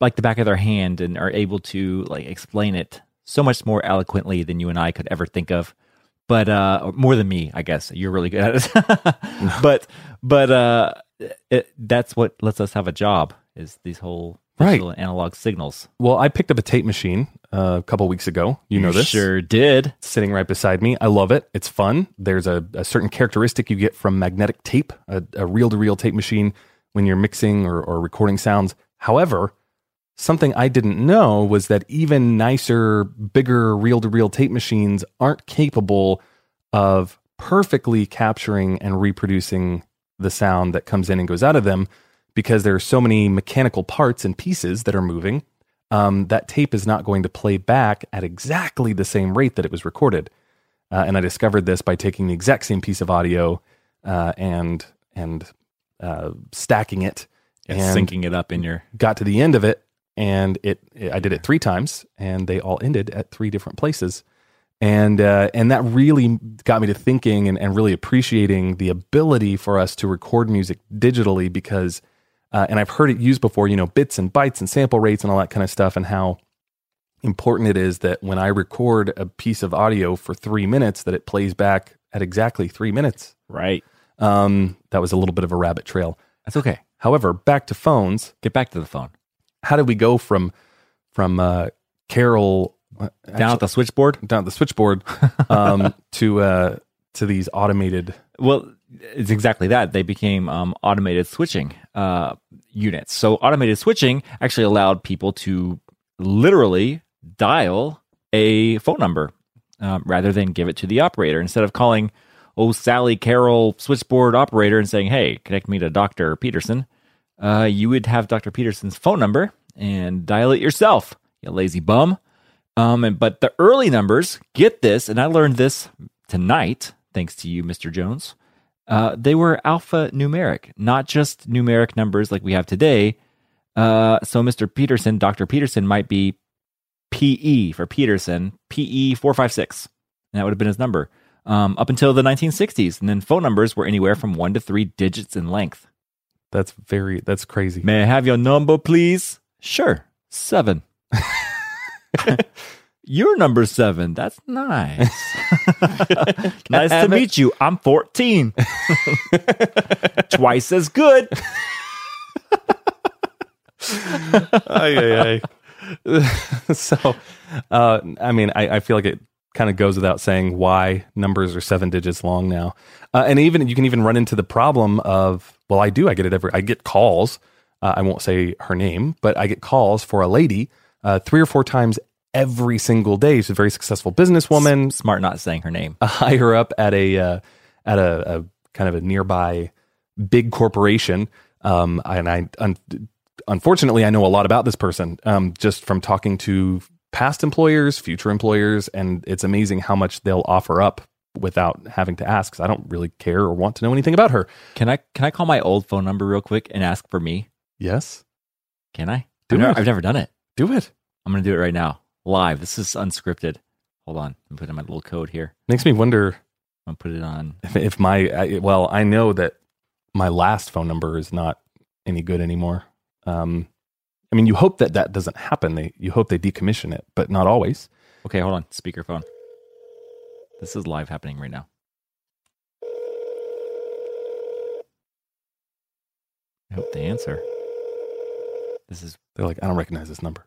Speaker 6: like the back of their hand and are able to like explain it so much more eloquently than you and I could ever think of. But uh, or more than me, I guess you're really good at it. but but uh, it, that's what lets us have a job is these whole
Speaker 4: Right.
Speaker 6: digital and analog signals.
Speaker 4: Well, I picked up a tape machine uh, a couple weeks ago. You know this.
Speaker 6: sure did.
Speaker 4: sitting right beside me. I love it. It's fun. There's a, a certain characteristic you get from magnetic tape, a reel to reel tape machine, when you're mixing or, or recording sounds. However, something I didn't know was that even nicer, bigger reel to reel tape machines aren't capable of perfectly capturing and reproducing the sound that comes in and goes out of them because there are so many mechanical parts and pieces that are moving um, that tape is not going to play back at exactly the same rate that it was recorded. Uh, and I discovered this by taking the exact same piece of audio uh, and and uh, stacking it
Speaker 6: and, syncing it up in your
Speaker 4: Got to the end of it, and it, I did it three times, and they all ended at three different places. And uh, and that really got me to thinking and, and really appreciating the ability for us to record music digitally because uh, and I've heard it used before, you know, bits and bytes and sample rates and all that kind of stuff, and how important it is that when I record a piece of audio for three minutes, that it plays back at exactly three minutes.
Speaker 6: right.
Speaker 4: Um, that was a little bit of a rabbit trail.
Speaker 6: That's okay.
Speaker 4: However, back to phones.
Speaker 6: Get back to the phone.
Speaker 4: How did we go from from uh, Carol
Speaker 6: Down at the switchboard.
Speaker 4: down at the switchboard um, to uh, to these automated?
Speaker 6: Well, it's exactly that. They became um, automated switching uh, units. So automated switching actually allowed people to literally dial a phone number um, rather than give it to the operator. Instead of calling, oh Sally Carol switchboard operator and saying, "Hey, connect me to Doctor Peterson," uh, you would have Doctor Peterson's phone number and dial it yourself. You lazy bum. Um, and, but the early numbers, get this, and I learned this tonight, thanks to you, Mr. Jones. Uh, they were alphanumeric, not just numeric numbers like we have today. Uh, so Mr. Peterson, Dr. Peterson might be PE for Peterson, E PE 456. And that would have been his number um, up until the 1960s. And then phone numbers were anywhere from one to three digits in length.
Speaker 4: That's very that's crazy.
Speaker 6: May I have your number, please? Sure. Seven. You're number seven. That's nice. nice to meet you. I'm 14. Twice as good.
Speaker 4: so, uh, I mean, I, I feel like it kind of goes without saying why numbers are seven digits long now. Uh, and even you can even run into the problem of, well, I do. I get it every. I get calls. Uh, I won't say her name, but I get calls for a lady uh, three or four times every single day. She's a very successful businesswoman
Speaker 6: Smart not saying her name.
Speaker 4: a higher up at a uh, at a, a kind of a nearby big corporation. Um, and I un- unfortunately I know a lot about this person um, just from talking to past employers, future employers, and it's amazing how much they'll offer up without having to ask. 'cause I don't really care or want to know anything about her.
Speaker 6: Can I can I call my old phone number real quick and ask for me?
Speaker 4: Yes,
Speaker 6: Can I?
Speaker 4: Do
Speaker 6: I've,
Speaker 4: it.
Speaker 6: Never, I've never done it.
Speaker 4: do it.
Speaker 6: I'm gonna do it right now. Live. This is unscripted. Hold on. I'm putting my little code here.
Speaker 4: Makes me wonder
Speaker 6: I'm gonna put it on.
Speaker 4: if, if my I, well, I know that my last phone number is not any good anymore. Um, I mean, you hope that that doesn't happen. They you hope they decommission it, but not always.
Speaker 6: Okay, hold on. Speakerphone. This is live happening right now. I hope they answer. This is
Speaker 4: They're like, I don't recognize this number.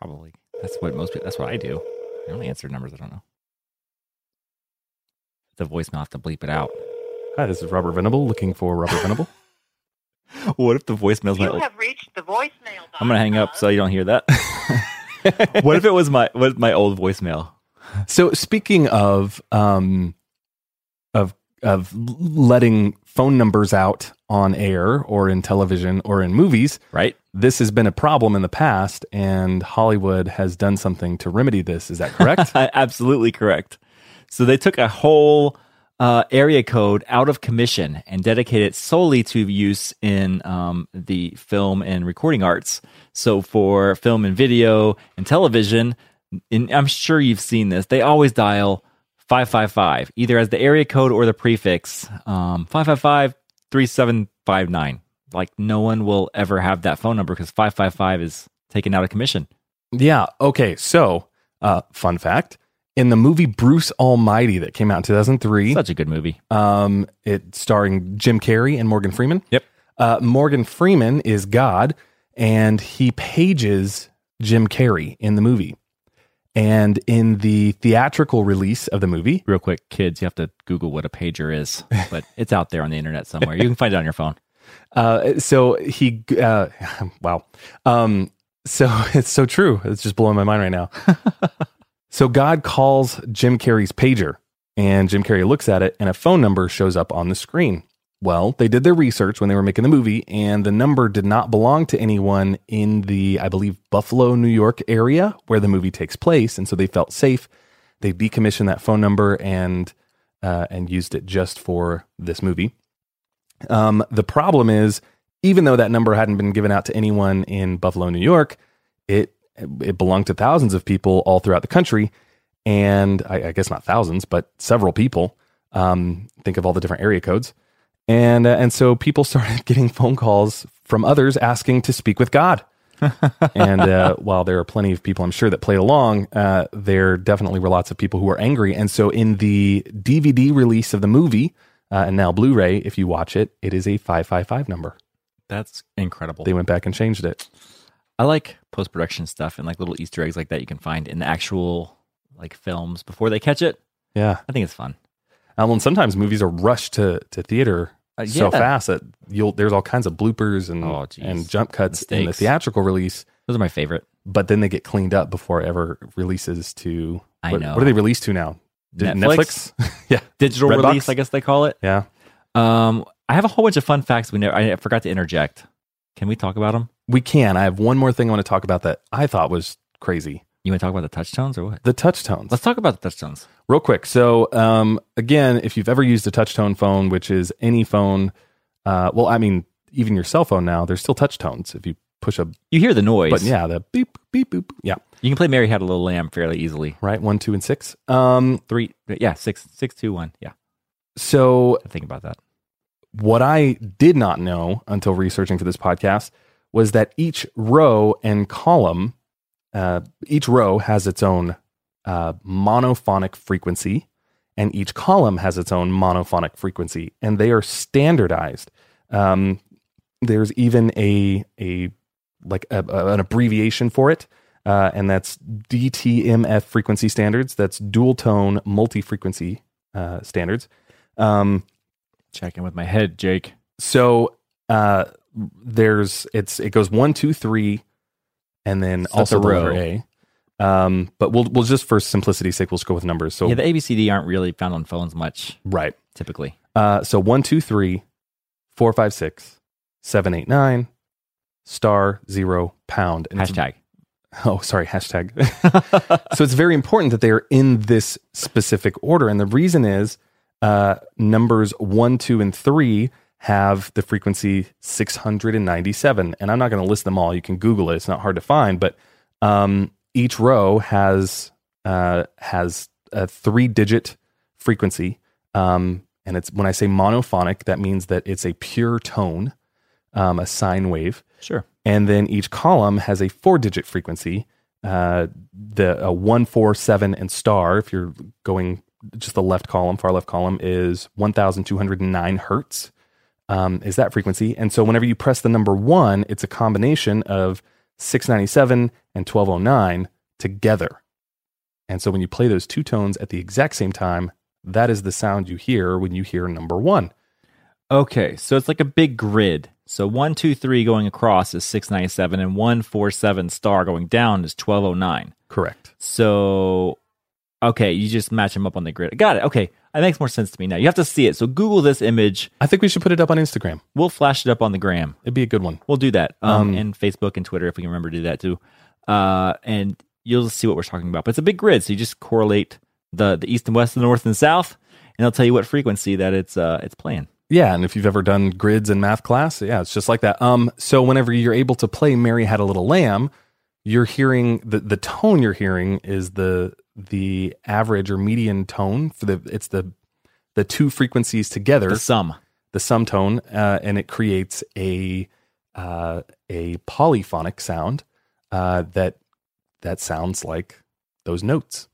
Speaker 6: probably that's what most people. That's what I do. I only answer numbers I don't know. The voicemail I have to bleep it out.
Speaker 4: Hi, this is Robert Venable looking for Robert Venable.
Speaker 6: What if the voicemail's
Speaker 8: You have reached the voicemail.
Speaker 6: I'm gonna hang up
Speaker 8: box
Speaker 6: so you don't hear that. what if it was my what if my old voicemail?
Speaker 4: So speaking of um of of letting phone numbers out on air or in television or in movies,
Speaker 6: Right?
Speaker 4: this has been a problem in the past, and Hollywood has done something to remedy this. Is that correct?
Speaker 6: Absolutely correct. So they took a whole uh, area code out of commission and dedicated it solely to use in um, the film and recording arts. So for film and video and television, and I'm sure you've seen this, they always dial 555, either as the area code or the prefix um, 555 3759. Like no one will ever have that phone number because 555 is taken out of commission.
Speaker 4: Yeah. Okay. So, uh, fun fact in the movie Bruce Almighty that came out in 2003,
Speaker 6: Such a good movie.
Speaker 4: um, it starring Jim Carrey and Morgan Freeman.
Speaker 6: Yep.
Speaker 4: Uh, Morgan Freeman is God, and he pages Jim Carrey in the movie. And in the theatrical release of the movie,
Speaker 6: real quick, kids, you have to Google what a pager is, but it's out there on the internet somewhere. You can find it on your phone.
Speaker 4: Uh, so he, uh, wow. Um, so it's so true. It's just blowing my mind right now. so God calls Jim Carrey's pager, and Jim Carrey looks at it, and a phone number shows up on the screen. Well, they did their research when they were making the movie, and the number did not belong to anyone in the, I believe, Buffalo, New York area where the movie takes place. And so they felt safe. They decommissioned that phone number and uh, and used it just for this movie. Um, the problem is, even though that number hadn't been given out to anyone in Buffalo, New York, it it belonged to thousands of people all throughout the country, and I, I guess not thousands, but several people. Um, think of all the different area codes, and uh, and so people started getting phone calls from others asking to speak with God. and uh, while there are plenty of people, I'm sure that played along, uh, there definitely were lots of people who were angry. And so, in the DVD release of the movie, uh, and now Blu-ray, if you watch it, it is a five five five number.
Speaker 6: That's incredible.
Speaker 4: They went back and changed it.
Speaker 6: I like post production stuff and like little Easter eggs like that you can find in the actual like films before they catch it.
Speaker 4: Yeah,
Speaker 6: I think it's fun.
Speaker 4: Um, and sometimes movies are rushed to to theater
Speaker 6: Uh,
Speaker 4: so
Speaker 6: yeah.
Speaker 4: fast that you'll there's all kinds of bloopers and
Speaker 6: Oh, geez.
Speaker 4: and jump cuts in the
Speaker 6: Mistakes.
Speaker 4: theatrical release,
Speaker 6: Those are my favorite.
Speaker 4: but then they get cleaned up before it ever releases to.
Speaker 6: I
Speaker 4: what,
Speaker 6: know.
Speaker 4: What are they released to now? Did-
Speaker 6: Netflix?
Speaker 4: Netflix? yeah,
Speaker 6: Digital
Speaker 4: Redbox?
Speaker 6: release, I guess they call it.
Speaker 4: yeah.
Speaker 6: Um, I have a whole bunch of fun facts we never I forgot to interject. Can we talk about them?
Speaker 4: We can. I have one more thing I want to talk about that I thought was crazy.
Speaker 6: You want to talk about the touchstones or what?
Speaker 4: The touch tones.
Speaker 6: Let's talk about the touchstones.
Speaker 4: real quick so um, again if you've ever used a touch tone phone which is any phone uh, well i mean even your cell phone now there's still touch tones if you push a
Speaker 6: You hear the noise.
Speaker 4: button yeah the beep beep boop yeah
Speaker 6: You can play Mary Had a Little Lamb fairly easily.
Speaker 4: right one two and six um,
Speaker 6: Three, yeah, six, six, two, one. Yeah,
Speaker 4: so
Speaker 6: I think about that.
Speaker 4: what i did not know until researching for this podcast was that each row and column uh, each row has its own uh, monophonic frequency and each column has its own monophonic frequency, and they are standardized. Um, there's even a a like a, a- an abbreviation for it, uh, and that's DTMF frequency standards. That's dual tone multi frequency uh, standards. Um,
Speaker 6: Check in with my head, Jake.
Speaker 4: so uh, there's it's it goes one two three, and
Speaker 6: So
Speaker 4: then
Speaker 6: that's
Speaker 4: also
Speaker 6: a
Speaker 4: the letter
Speaker 6: row.
Speaker 4: A. Um, but we'll we'll just for simplicity's sake, we'll just go with numbers. So
Speaker 6: Yeah, the ABCD aren't really found on phones much
Speaker 4: right.
Speaker 6: typically.
Speaker 4: Uh, so one, two, three, four, five, six, seven, eight, nine, star zero pound. And it's-
Speaker 6: Hashtag.
Speaker 4: oh, sorry, hashtag. so it's very important that they are in this specific order, and the reason is uh, numbers one, two, and three have the frequency 697 and i'm not going to list them all you can google it it's not hard to find but um, each row has uh, has a three digit frequency um, and it's when i say monophonic that means that it's a pure tone um, a sine wave
Speaker 6: Sure.
Speaker 4: and then each column has a four digit frequency uh, the uh, one four seven and star if you're going just the left column far left column is 1209 hertz um, is that frequency and so whenever you press the number one it's a combination of 697 and 1209 together and so when you play those two tones at the exact same time that is the sound you hear when you hear number one
Speaker 6: Okay, so it's like a big grid. So one, two, three going across is six ninety seven, and one, four, seven star going down is twelve oh nine.
Speaker 4: correct
Speaker 6: So, okay, you just match them up on the grid. Got it. Okay, that makes more sense to me now. You have to see it. So Google this image.
Speaker 4: i think we should put it up on instagram
Speaker 6: We'll flash it up on the gram.
Speaker 4: it'd be a good one
Speaker 6: We'll do that. Um,
Speaker 4: Um,
Speaker 6: and Facebook and Twitter if we can remember to do that too. Uh, and you'll see what we're talking about. But it's a big grid, so you just correlate the the east and west, the north and south, and they'll tell you what frequency that it's uh it's playing.
Speaker 4: Yeah, and if you've ever done grids in math class, yeah, it's just like that. Um, so whenever you're able to play "Mary Had a Little Lamb," you're hearing the the tone you're hearing is the the average or median tone for the it's the the two frequencies together,
Speaker 6: The
Speaker 4: the,
Speaker 6: sum.
Speaker 4: sum tone, uh, and it creates a uh, a polyphonic sound uh, that that sounds like those notes.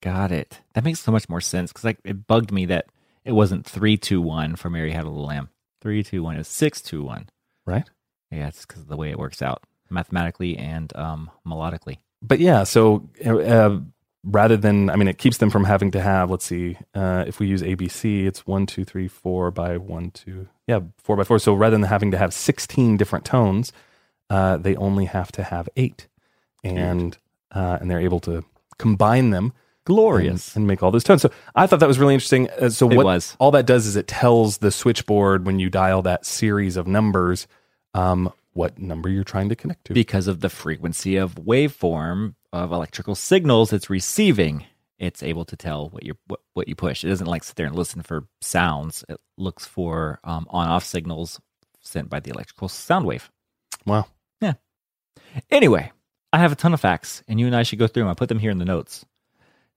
Speaker 6: Got it. That makes so much more sense because like it bugged me that it wasn't three two one for Mary Had a Little Lamb. Three two one is six two one.
Speaker 4: Right.
Speaker 6: Yeah, it's because of the way it works out mathematically and um melodically.
Speaker 4: but yeah, so uh, rather than, I mean, it keeps them from having to have, let's see, uh, if we use ABC, it's one, two, three, four by one, two, yeah, four by four. So rather than having to have 16 different tones, uh, they only have to have eight. And, uh, and they're able to combine them and,
Speaker 6: Glorious.
Speaker 4: and make all those tones. So I thought that was really interesting. Uh, so
Speaker 6: It
Speaker 4: what
Speaker 6: was.
Speaker 4: all that does is it tells the switchboard when you dial that series of numbers, um, what number you're trying to connect to.
Speaker 6: because of the frequency of waveform of electrical signals it's receiving it's able to tell what you what, what you push it doesn't like sit there and listen for sounds it looks for um, on off signals sent by the electrical sound wave
Speaker 4: wow.
Speaker 6: anyway i have a ton of facts and you and i should go through them i put them here in the notes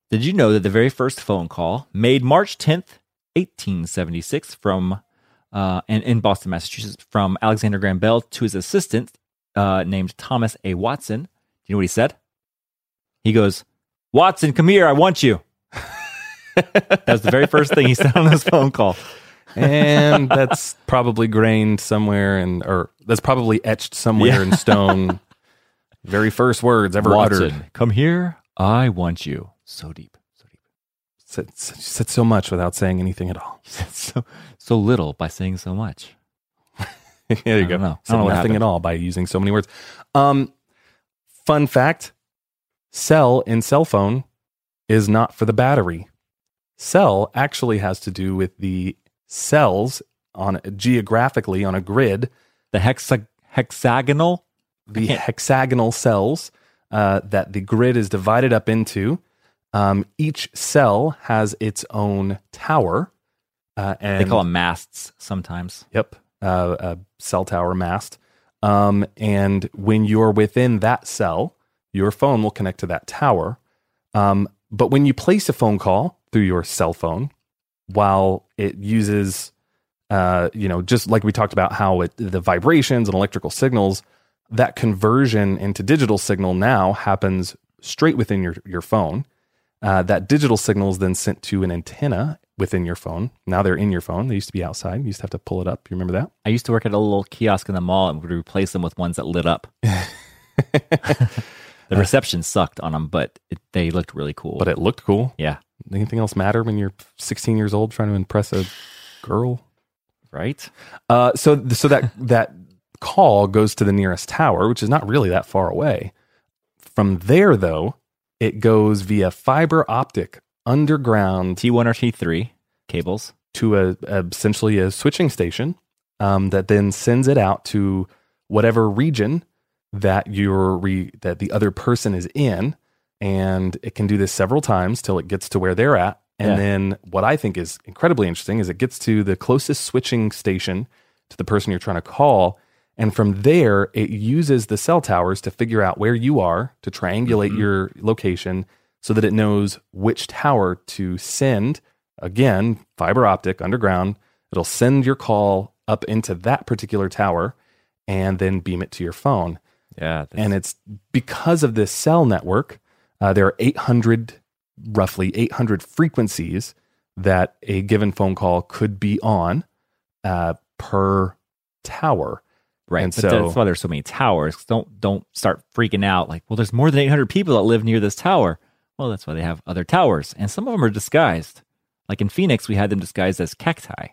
Speaker 6: did you know that the very first phone call made march 10th 1876 from uh, and in Boston, Massachusetts, from Alexander Graham Bell to his assistant uh, named Thomas A. Watson. Do you know what he said? He goes, Watson, come here. I want you. that was the very first thing he said on his phone call.
Speaker 4: and that's probably grained somewhere and or that's probably etched somewhere in stone very first words ever uttered
Speaker 6: Watson, come here. I want you. So deep. So deep.
Speaker 4: said, said- said so much without saying anything at all
Speaker 6: He said so, so little by saying so much.
Speaker 4: there
Speaker 6: I
Speaker 4: you go
Speaker 6: don't know. I
Speaker 4: said
Speaker 6: don't know what
Speaker 4: nothing at
Speaker 6: happened.
Speaker 4: all by using so many words um fun fact cell in cell phone is not for the battery cell actually has to do with the cells on geographically on a grid
Speaker 6: The hexa- hexagonal.
Speaker 4: the hexagonal cells uh, that the grid is divided up into. Um, each cell has its own tower. Uh, and
Speaker 6: They call them masts sometimes.
Speaker 4: Yep, uh, a cell tower mast. Um, and when you're within that cell, your phone will connect to that tower. Um, but when you place a phone call through your cell phone, while it uses, uh, you know, just like we talked about how it, the vibrations and electrical signals, that conversion into digital signal now happens straight within your, your phone. Uh, that digital signal is then sent to an antenna within your phone. Now they're in your phone. They used to be outside. You used to have to pull it up. You remember that?
Speaker 6: I used to work at a little kiosk in the mall and would replace them with ones that lit up. the reception sucked on them, but it, they looked really cool.
Speaker 4: But it looked cool.
Speaker 6: yeah,
Speaker 4: Anything else matter when you're 16 years old trying to impress a girl?
Speaker 6: right.
Speaker 4: Uh, so th- so that that call goes to the nearest tower, which is not really that far away. From there, though, it goes via fiber optic underground
Speaker 6: T one or T three cables.
Speaker 4: to a, a- essentially a switching station um, that then sends it out to whatever region that your re, that the other person is in, and it can do this several times till it gets to where they're at. And
Speaker 6: Yeah.
Speaker 4: then what I think is incredibly interesting is it gets to the closest switching station to the person you're trying to call. And from there, it uses the cell towers to figure out where you are to triangulate your location so that it knows which tower to send. Again, fiber optic underground. It'll send your call up into that particular tower and then beam it to your phone.
Speaker 6: Yeah,
Speaker 4: And it's because of this cell network, uh, there are 800, roughly 800 frequencies that a given phone call could be on uh, per tower.
Speaker 6: right.
Speaker 4: and
Speaker 6: but
Speaker 4: so-
Speaker 6: that's why there's so many towers. 'cause Don't don't start freaking out. Like, well, there's more than 800 people that live near this tower. Well, that's why they have other towers, and some of them are disguised. Like in Phoenix, we had them disguised as cacti.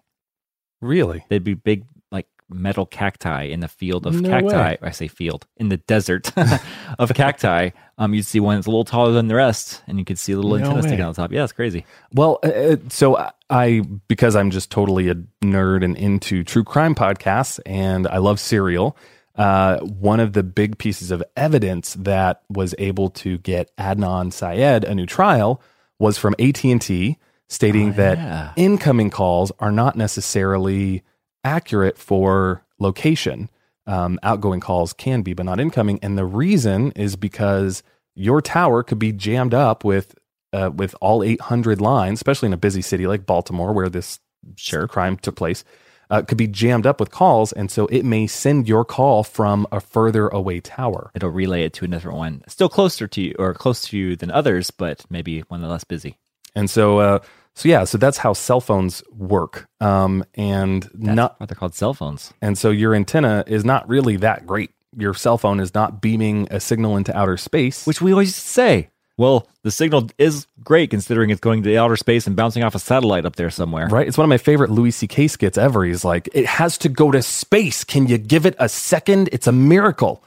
Speaker 4: Really?
Speaker 6: They'd be big, like metal cacti in the field of
Speaker 4: No
Speaker 6: cacti.
Speaker 4: way.
Speaker 6: I say field in the desert of cacti. Um, you'd see one that's a little taller than the rest, and you could see a little
Speaker 4: No
Speaker 6: antenna sticking
Speaker 4: way.
Speaker 6: on the top. Yeah, it's crazy.
Speaker 4: Well, uh, uh, so I- I, because I'm just totally a nerd and into true crime podcasts and I love serial, uh, one of the big pieces of evidence that was able to get Adnan Syed a new trial was from AT&T stating that incoming calls are not necessarily accurate for location. Um, outgoing calls can be, but not incoming. And the reason is because your tower could be jammed up with uh, with all 800 lines, especially in a busy city like Baltimore, where this sure. crime took place, uh, could be jammed up with calls. And so it may send your call from a further away tower.
Speaker 6: It'll relay it to another one, still closer to you or close to you than others, but maybe one that's less busy.
Speaker 4: And so, uh, so yeah, so that's how cell phones work. Um, and
Speaker 6: That's
Speaker 4: not
Speaker 6: why they're called cell phones.
Speaker 4: And so your antenna is not really that great. Your cell phone is not beaming a signal into outer space.
Speaker 6: which we always say. Well, the signal is great considering it's going to outer space and bouncing off a satellite up there somewhere.
Speaker 4: right? It's one of my favorite Louis C.K. skits ever. He's like, it has to go to space. Can you give it a second? It's a miracle.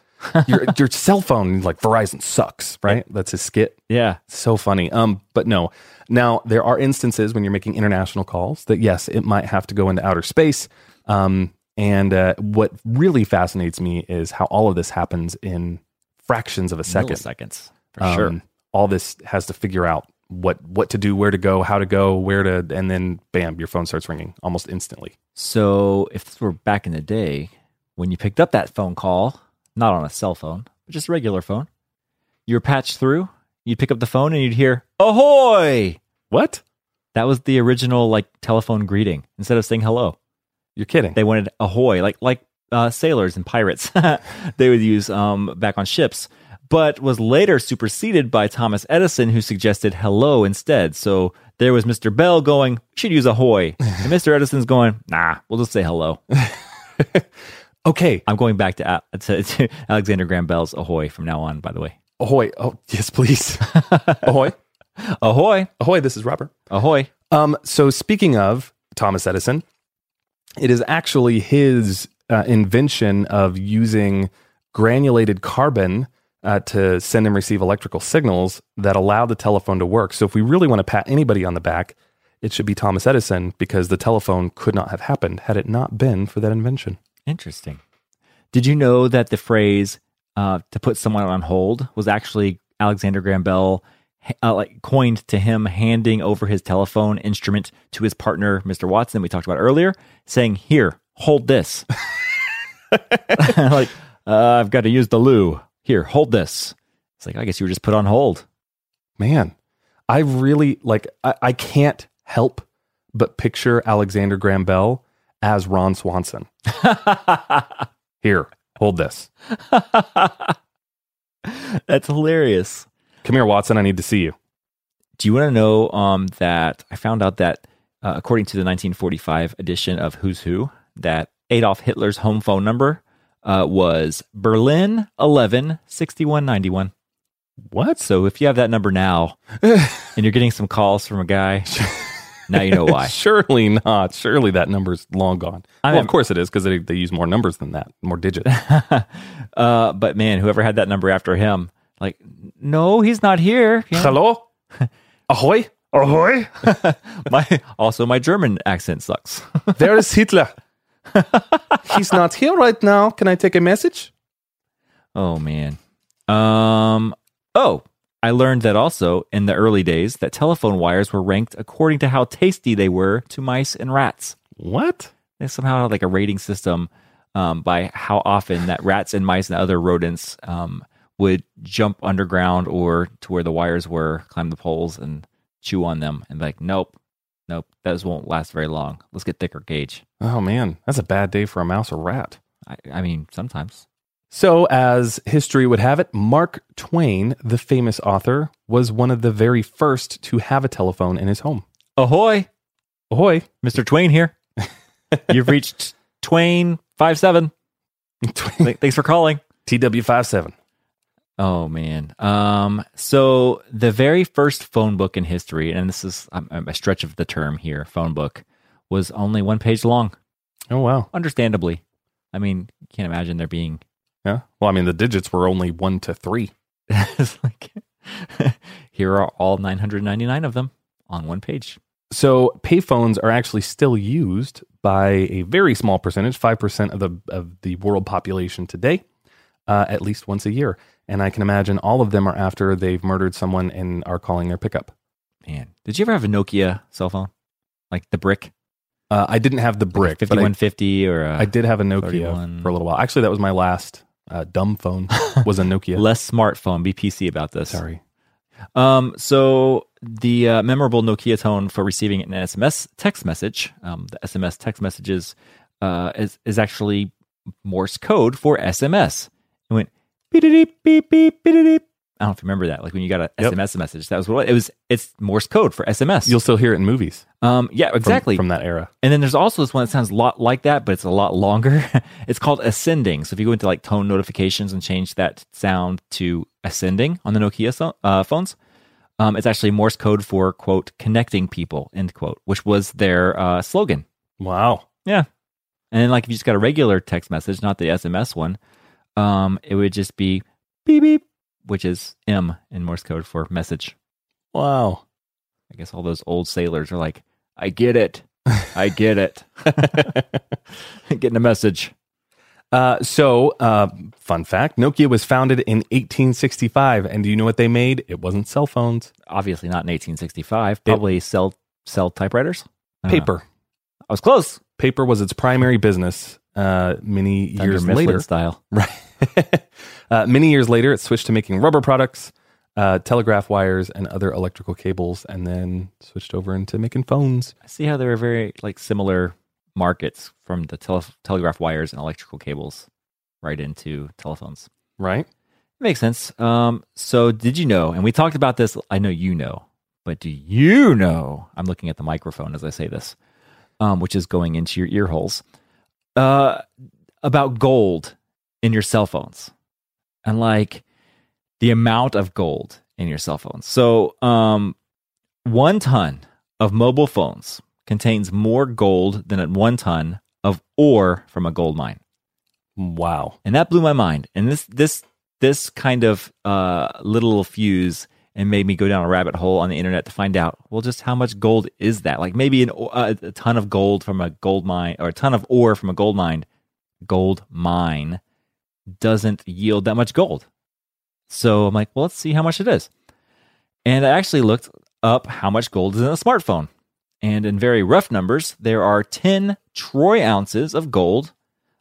Speaker 4: your your cell phone, like Verizon sucks, right? That's his skit.
Speaker 6: Yeah.
Speaker 4: So funny. Um, but no. Now there are instances when you're making international calls that yes, it might have to go into outer space. Um, and uh, what really fascinates me is how all of this happens in fractions of a second.
Speaker 6: Milliseconds. For
Speaker 4: Um,
Speaker 6: sure.
Speaker 4: All this has to figure out what what to do, where to go, how to go, where to, and then bam, your phone starts ringing almost instantly.
Speaker 6: So if this were back in the day, when you picked up that phone call, not on a cell phone, but just a regular phone, you were patched through, you'd pick up the phone and you'd hear, Ahoy!
Speaker 4: What?
Speaker 6: That was the original like telephone greeting instead of saying hello.
Speaker 4: You're kidding?
Speaker 6: they wanted ahoy like like uh, sailors and pirates they would use um, back on ships but was later superseded by thomas edison who suggested hello instead so there was mr bell going "We should use ahoy and mr edison's going nah we'll just say hello
Speaker 4: okay,
Speaker 6: i'm going back to, A- to, to alexander graham bell's ahoy from now on by the way
Speaker 4: ahoy! Oh yes, please, ahoy,
Speaker 6: ahoy
Speaker 4: ahoy! This is Robert.
Speaker 6: ahoy
Speaker 4: Um, so speaking of Thomas Edison, it is actually his uh, invention of using granulated carbon uh, to send and receive electrical signals that allow the telephone to work. So if we really want to pat anybody on the back, it should be Thomas Edison because the telephone could not have happened had it not been for that invention.
Speaker 6: Interesting. Did you know that the phrase uh, "to put someone on hold" was actually Alexander Graham Bell uh, like coined to him handing over his telephone instrument to his partner, Mr. Watson, we talked about earlier, saying, "Here, hold this." like uh, I've got to use the loo. Here, hold this. It's like I guess you were just put on hold.
Speaker 4: Man, I really like. I, I can't help but picture Alexander Graham Bell as Ron Swanson. Here, hold this.
Speaker 6: That's hilarious.
Speaker 4: Come here, Watson. I need to see you.
Speaker 6: do you want to know um, that I found out that uh, according to the 1945 edition of Who's Who, that Adolf Hitler's home phone number uh, was Berlin 11 6191. What? So if you have that number now and you're getting some calls from a guy, now you know why.
Speaker 4: Surely not. Surely that number's long gone.
Speaker 6: I
Speaker 4: well,
Speaker 6: am-
Speaker 4: of course it is because they, they use more numbers than that, more digits.
Speaker 6: uh, but man, whoever had that number after him, like, no, he's not here. You know,
Speaker 4: Hello? Ahoy? Ahoy?
Speaker 6: my, also, my German accent sucks.
Speaker 4: There is Hitler. He's not here right now. Can I take a message?
Speaker 6: Oh man. Um oh, I learned that also in the early days that telephone wires were ranked according to how tasty they were to mice and rats.
Speaker 4: What?
Speaker 6: They somehow had like a rating system um, by how often that rats and mice and other rodents um, would jump underground or to where the wires were, climb the poles and chew on them and be like, nope, nope, those won't last very long. Let's get thicker gauge.
Speaker 4: Oh, man. That's a bad day for a mouse or rat.
Speaker 6: I, I mean, sometimes.
Speaker 4: So, as history would have it, Mark Twain, the famous author, was one of the very first to have a telephone in his home.
Speaker 6: Ahoy!
Speaker 4: Ahoy.
Speaker 6: Mr. Twain here. You've reached Twain five seven. Th- Thanks for calling.
Speaker 4: TW57.
Speaker 6: Oh man. Um. So the very first phone book in history, and this is um, um, a stretch of the term here, phone book, was only one page long.
Speaker 4: Oh, wow.
Speaker 6: Understandably, I mean, you can't imagine there being
Speaker 4: Yeah. Well, I mean, the digits were only one to three.
Speaker 6: it's like here are all nine hundred ninety nine of them on one page.
Speaker 4: So payphones are actually still used by a very small percentage, five percent of the of the world population today, uh, at least once a year. And I can imagine all of them are after they've murdered someone and are calling their pickup.
Speaker 6: Man, did you ever have a Nokia cell phone, like the brick
Speaker 4: Uh, I didn't have the brick, but
Speaker 6: fifty
Speaker 4: I-
Speaker 6: one fifty or a
Speaker 4: I, did have a Nokia
Speaker 6: 31.
Speaker 4: for a little while. Actually, that was my last uh, dumb phone was a Nokia.
Speaker 6: less smartphone? Be PC about this.
Speaker 4: Sorry.
Speaker 6: Um, so the uh, memorable Nokia tone for receiving an SMS text message, um, the SMS text messages, uh, is is actually Morse code for SMS. It went beep beep beep beep beep beep. I don't know if you remember that. Like when you got a
Speaker 4: Yep.
Speaker 6: SMS message, that was what it was. It's Morse code for SMS.
Speaker 4: You'll still hear it in movies.
Speaker 6: um, yeah,
Speaker 4: from-
Speaker 6: exactly.
Speaker 4: From, that era.
Speaker 6: And then there's also this one that sounds a lot like that, but it's a lot longer. it's called ascending. So if you go into like tone notifications and change that sound to ascending on the Nokia so- uh, phones, um, it's actually Morse code for quote connecting people end quote, which was their uh, slogan.
Speaker 4: Wow.
Speaker 6: Yeah. And then like if you just got a regular text message, not the SMS one, um, it would just be beep beep, which is M in Morse code for message.
Speaker 4: Wow.
Speaker 6: I guess all those old sailors are like, I get it. I get it. Getting a message.
Speaker 4: Uh, so, uh, fun fact Nokia was founded in 1865. And do you know what they made? It wasn't cell phones,
Speaker 6: Obviously not in 1865. Probably cell cell typewriters. I don't know.
Speaker 4: paper.
Speaker 6: Uh-huh. I was close.
Speaker 4: Paper was its primary business. Uh, many
Speaker 6: Thunder
Speaker 4: years
Speaker 6: Mifflin
Speaker 4: later,
Speaker 6: style.
Speaker 4: right? uh, many years later, it switched to making rubber products, uh, telegraph wires, and other electrical cables, and then switched over into making phones.
Speaker 6: I see how they were very like similar markets from the tele- telegraph wires and electrical cables right into telephones.
Speaker 4: Right?
Speaker 6: Makes sense. Um, so did you know? And we talked about this. I know you know, but do you know? I'm looking at the microphone as I say this, um, which is going into your ear holes. Uh, about gold in your cell phones, and like the amount of gold in your cell phones. So, um, one ton of mobile phones contains more gold than one ton of ore from a gold mine
Speaker 4: Wow.
Speaker 6: and that blew my mind. And this this this kind of uh, little fuse and made me go down a rabbit hole on the internet to find out well just how much gold is that? Like maybe an, o- a, a ton of gold from a gold mine or a ton of ore from a gold mine, gold mine doesn't yield that much gold. So I'm like, well, let's see how much it is. And I actually looked up how much gold is in a smartphone. And in very rough numbers, there are 10 troy ounces of gold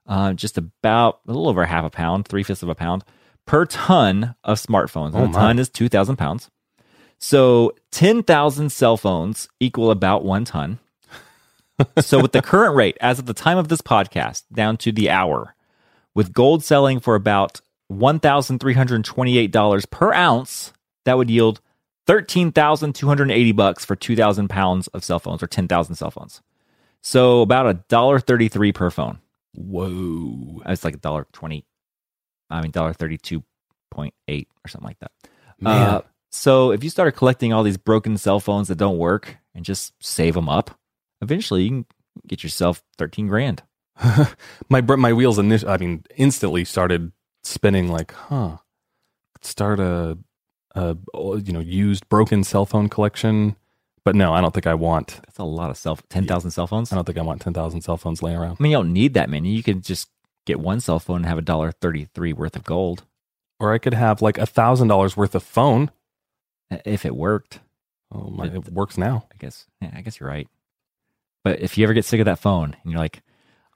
Speaker 6: uh, just about a little over half a pound, three fifths of a pound per ton of smartphones.
Speaker 4: Oh,
Speaker 6: And a
Speaker 4: my.
Speaker 6: ton is 2,000 pounds. So 10,000 cell phones equal about one ton. so, with the current rate, as of the time of this podcast, down to the hour, with gold selling for about $1,328 per ounce, that would yield 13,280 bucks for 2,000 pounds of cell phones or 10,000 cell phones. So about a dollar 33 per phone. Whoa. It's like a dollar 20. I mean, dollar 32.8 or something like that. Uh, so if you start collecting all these broken cell phones that don't work and just save them up, eventually you can get yourself 13 grand.
Speaker 4: my br- my wheels init- I mean instantly started spinning like huh start a, a you know used broken cell phone collection but no I don't think I want
Speaker 6: That's a lot of cell 10,000 cell phones. I
Speaker 4: I don't think I want 10,000 cell phones laying around
Speaker 6: mean, you don't need that many. You can just get one cell phone and have a dollar 33 worth of gold
Speaker 4: or I could have like a thousand dollars worth of phone
Speaker 6: uh, if it worked.
Speaker 4: oh my it works now
Speaker 6: I guess. Yeah, I guess you're right. But if you ever get sick of that phone and you're like,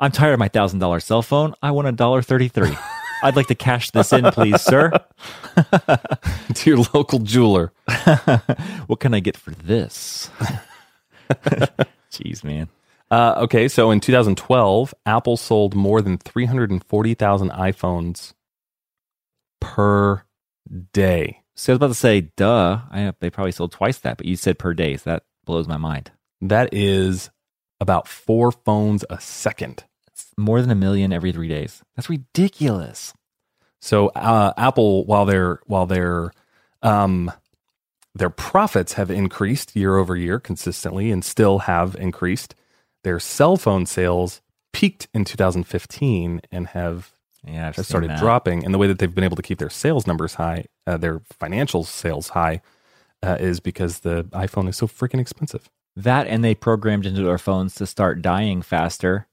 Speaker 6: I'm tired of my thousand dollar cell phone. I want a dollar thirty three. I'd like to cash this in, please, sir.
Speaker 4: to your local jeweler
Speaker 6: what can I get for this? Jeez, man.
Speaker 4: uh, okay so in 2012 Apple sold more than 340,000 iPhones per day
Speaker 6: So I was about to say, duh. I they probably sold twice that, but you said per day, so that blows my mind.
Speaker 4: That is about four phones a second.
Speaker 6: It's more than a million every three days. That's ridiculous.
Speaker 4: So uh, Apple, while their while their um, their profits have increased year over year consistently and still have increased, their cell phone sales peaked in 2015 and have
Speaker 6: Yeah, I've seen
Speaker 4: have started
Speaker 6: that.
Speaker 4: dropping. And the way that they've been able to keep their sales numbers high, uh, their financial sales high, uh, is because the iPhone is so freaking expensive.
Speaker 6: That and they programmed into their phones to start dying faster.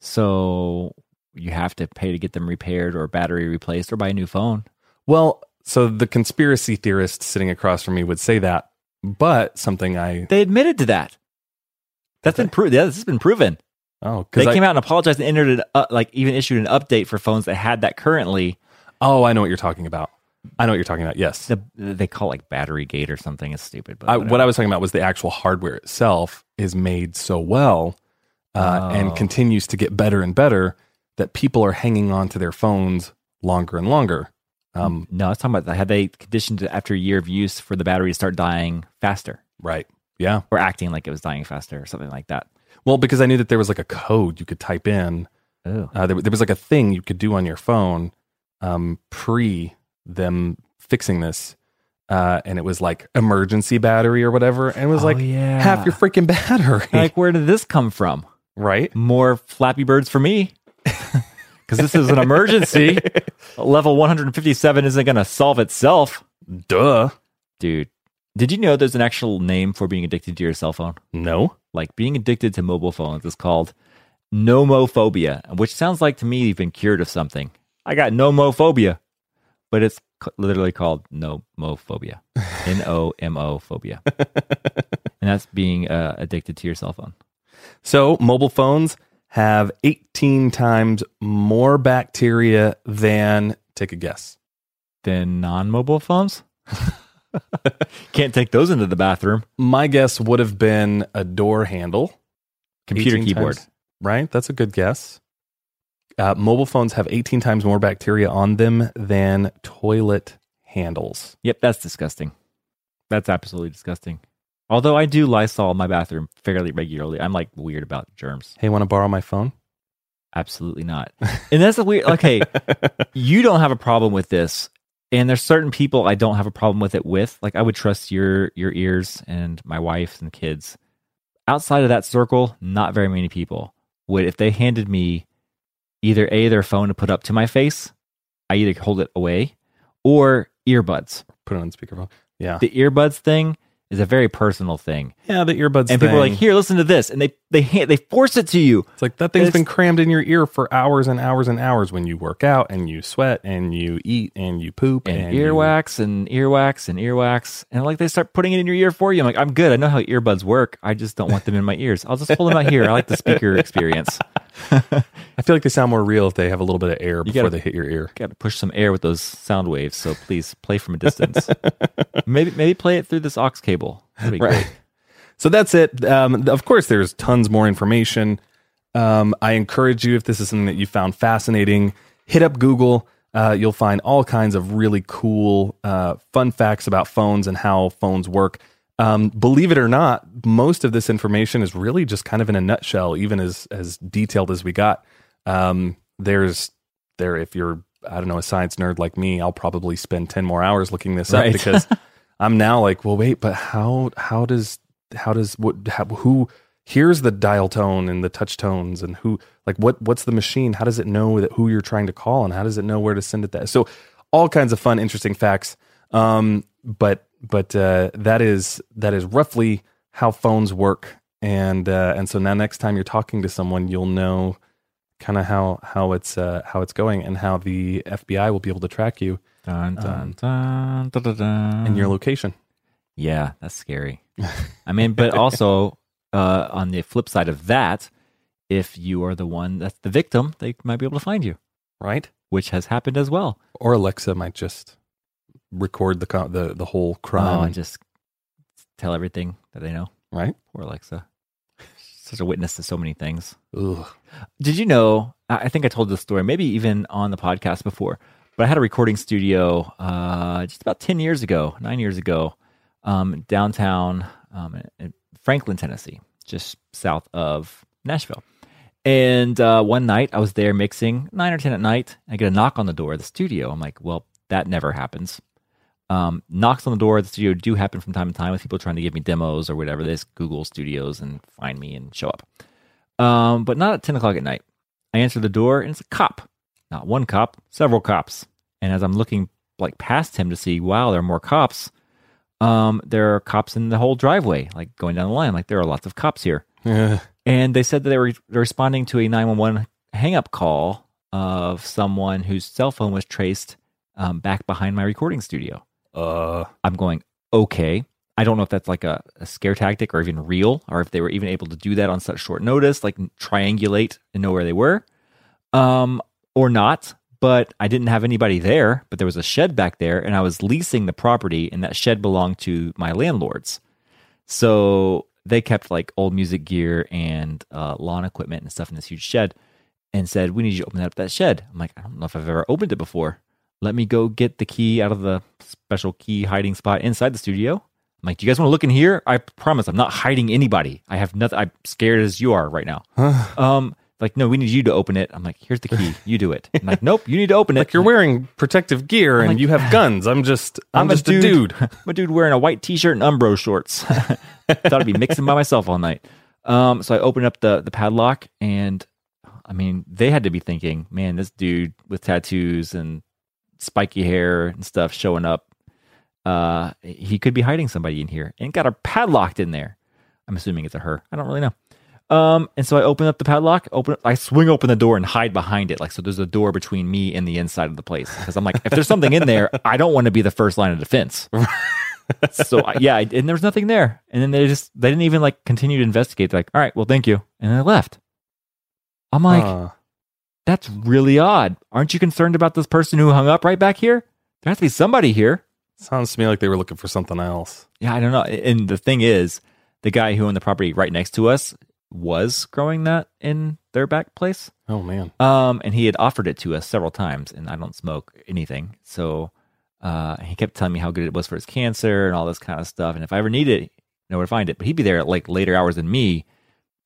Speaker 6: So you have to pay to get them repaired or battery replaced or buy a new phone.
Speaker 4: Well, so the conspiracy theorist sitting across from me would say that, but something I
Speaker 6: They admitted to that. That's been proven. Yeah, this has been proven.
Speaker 4: oh
Speaker 6: They
Speaker 4: because
Speaker 6: came out and apologized and entered it, uh, like even issued an update for phones that had that currently.
Speaker 4: oh I know what you're talking about. I know what you're talking about. Yes,
Speaker 6: The, they call it like battery gate or something. It's stupid. But
Speaker 4: I,
Speaker 6: whatever.
Speaker 4: what I was talking about was the actual hardware itself is made so well uh,
Speaker 6: Oh.
Speaker 4: and continues to get better and better that people are hanging on to their phones longer and longer. Um,
Speaker 6: no, I was talking about that. Had they conditioned it after a year of use for the battery to start dying faster
Speaker 4: right. Yeah.
Speaker 6: or acting like it was dying faster or something like that?
Speaker 4: Well, because I knew that there was like a code you could type in
Speaker 6: Oh,
Speaker 4: uh, there, there was like a thing you could do on your phone um, pre them fixing this. Uh, and it was like emergency battery or whatever. And it was
Speaker 6: Oh,
Speaker 4: like
Speaker 6: yeah.
Speaker 4: half your freaking battery.
Speaker 6: like where did this come from?
Speaker 4: right?
Speaker 6: more Flappy Birds for me. Because this is an emergency. Level 157 isn't going to solve itself.
Speaker 4: Duh.
Speaker 6: Dude, did you know there's an actual name for being addicted to your cell phone?
Speaker 4: No.
Speaker 6: Like being addicted to mobile phones is called nomophobia, which sounds like to me you've been cured of something. I got nomophobia, but it's c- literally called nomophobia. N O M O phobia. And that's being uh, addicted to your cell phone.
Speaker 4: So mobile phones have 18 times more bacteria than, take a guess.
Speaker 6: than non-mobile phones. Can't take those into the bathroom.
Speaker 4: My guess would have been a door handle.
Speaker 6: Computer
Speaker 4: 18
Speaker 6: keyboard.
Speaker 4: times- right? That's a good guess. Uh, mobile phones have 18 times more bacteria on them than toilet handles.
Speaker 6: Yep, that's disgusting. That's absolutely disgusting. Although I do Lysol my bathroom fairly regularly. I'm like weird about germs.
Speaker 4: Hey, want to borrow my phone?
Speaker 6: Absolutely not. And that's the weird. Okay, you don't have a problem with this, and there's certain people I don't have a problem with it with. Like I would trust your your ears and my wife and kids. Outside of that circle, not very many people would. If they handed me either a their phone to put up to my face, I either hold it away or earbuds.
Speaker 4: Put it on speakerphone. Yeah.
Speaker 6: The earbuds thing is a very personal thing,
Speaker 4: yeah, the earbuds.
Speaker 6: and people are like,
Speaker 4: thing.
Speaker 6: "Here, listen to this," and they they hand, they force it to you.
Speaker 4: It's like that thing's
Speaker 6: it's-
Speaker 4: been crammed in your ear for hours and hours and hours when you work out and you sweat and you eat and you poop
Speaker 6: and,
Speaker 4: you-
Speaker 6: earwax and earwax and earwax and like they start putting it in your ear for you. I'm like, I'm good. I know how earbuds work. I just don't want them in my ears. I'll just hold them out here. I like the speaker experience.
Speaker 4: I feel like they sound more real if they have a little bit of air before
Speaker 6: gotta-
Speaker 4: they hit your ear.
Speaker 6: Got to push some air with those sound waves. So please play from a distance. maybe maybe play it through this aux cable. That'd be great.
Speaker 4: So that's it. Um, of course, there's tons more information. Um, I encourage you, if this is something that you found fascinating, hit up Google. Uh, you'll find all kinds of really cool, uh, fun facts about phones and how phones work. Um, believe it or not, most of this information is really just kind of in a nutshell, even as as detailed as we got. Um, there's there if you're I don't know a science nerd like me, I'll probably spend ten more hours looking this
Speaker 6: Right.
Speaker 4: up because I'm now like, well, wait, but how how does how does what how, who hears the dial tone and the touch tones and who like what what's the machine? How does it know that who you're trying to call and how does it know where to send it that? So all kinds of fun, interesting facts. Um, but but uh, that is that is roughly how phones work. And uh, and so now next time you're talking to someone, you'll know kind of how how it's uh, how it's going and how the FBI will be able to track you
Speaker 6: Dun,
Speaker 4: Um,
Speaker 6: dun, dun, dun, dun, dun.
Speaker 4: and your location.
Speaker 6: Yeah, that's scary. I mean, but also uh, on the flip side of that, if you are the one that's the victim, they might be able to find you,
Speaker 4: right?
Speaker 6: which has happened as well.
Speaker 4: Or Alexa might just record the co- the the whole crime.
Speaker 6: Oh, and just tell everything that they know.
Speaker 4: Right?
Speaker 6: Poor Alexa. Such a witness to so many things.
Speaker 4: Ugh.
Speaker 6: Did you know? I I think I told this story, maybe even on the podcast before, but I had a recording studio uh, just about 10 years ago, nine years ago, um, downtown um, in Franklin, Tennessee, just south of Nashville. And uh, one night I was there mixing nine or 10 at night. I get a knock on the door of the studio. I'm like, well, that never happens. Um, knocks on the door of the studio do happen from time to time with people trying to give me demos or whatever. They just Google studios and find me and show up um, but not at 10 o'clock at night. I answer the door and it's a cop. Not one cop, several cops. And as I'm looking like past him to see, wow, there are more cops. Um, there are cops in the whole driveway, like going down the line. Like there are lots of cops here. And they said that they were responding to a 911 hang-up call of someone whose cell phone was traced um, back behind my recording studio.
Speaker 4: Uh,
Speaker 6: I'm going, okay. I don't know if that's like a, a scare tactic or even real, or if they were even able to do that on such short notice, like triangulate and know where they were, um, or not. But I didn't have anybody there, but there was a shed back there, and I was leasing the property, and that shed belonged to my landlords. So they kept like old music gear and uh, lawn equipment and stuff in this huge shed and said, We need you to open up that shed. I'm like, I don't know if I've ever opened it before. Let me go get the key out of the special key hiding spot inside the studio. I'm like, Do you guys want to look in here? I promise I'm not hiding anybody. I have nothing. I'm scared as you are right now. um, like, no, we need you to open it. I'm like, Here's the key. You do it. I'm like, Nope, you need to open it.
Speaker 4: like you're wearing protective gear and
Speaker 6: like-
Speaker 4: you have guns. I'm just I'm, just a dude.
Speaker 6: I'm a dude wearing a white t-shirt and Umbro shorts. Thought I'd be mixing by myself all night. Um, so I opened up the the padlock, and I mean, they had to be thinking, man, this dude with tattoos and spiky hair and stuff showing up, uh, he could be hiding somebody in here, and got her padlocked in there. I'm assuming it's a her. I don't really know. Um, and so I open up the padlock, open I swing open the door and hide behind it. Like so there's a door between me and the inside of the place. Because I'm like, if there's something in there, I don't want to be the first line of defense. so I, yeah, I, and there was nothing there. And then they just they didn't even like continue to investigate. They're like, all right, well, thank you. And then I left. I'm like,
Speaker 4: Uh,
Speaker 6: that's really odd. Aren't you concerned about this person who hung up right back here? There has to be somebody here.
Speaker 4: sounds to me like they were looking for something else.
Speaker 6: Yeah, I don't know. And the thing is, the guy who owned the property right next to us was growing that in their back place.
Speaker 4: Oh man.
Speaker 6: Um, and he had offered it to us several times, and I don't smoke anything, so uh, he kept telling me how good it was for his cancer and all this kind of stuff. And if I ever needed it, I know where to find it. But he'd be there at like later hours than me,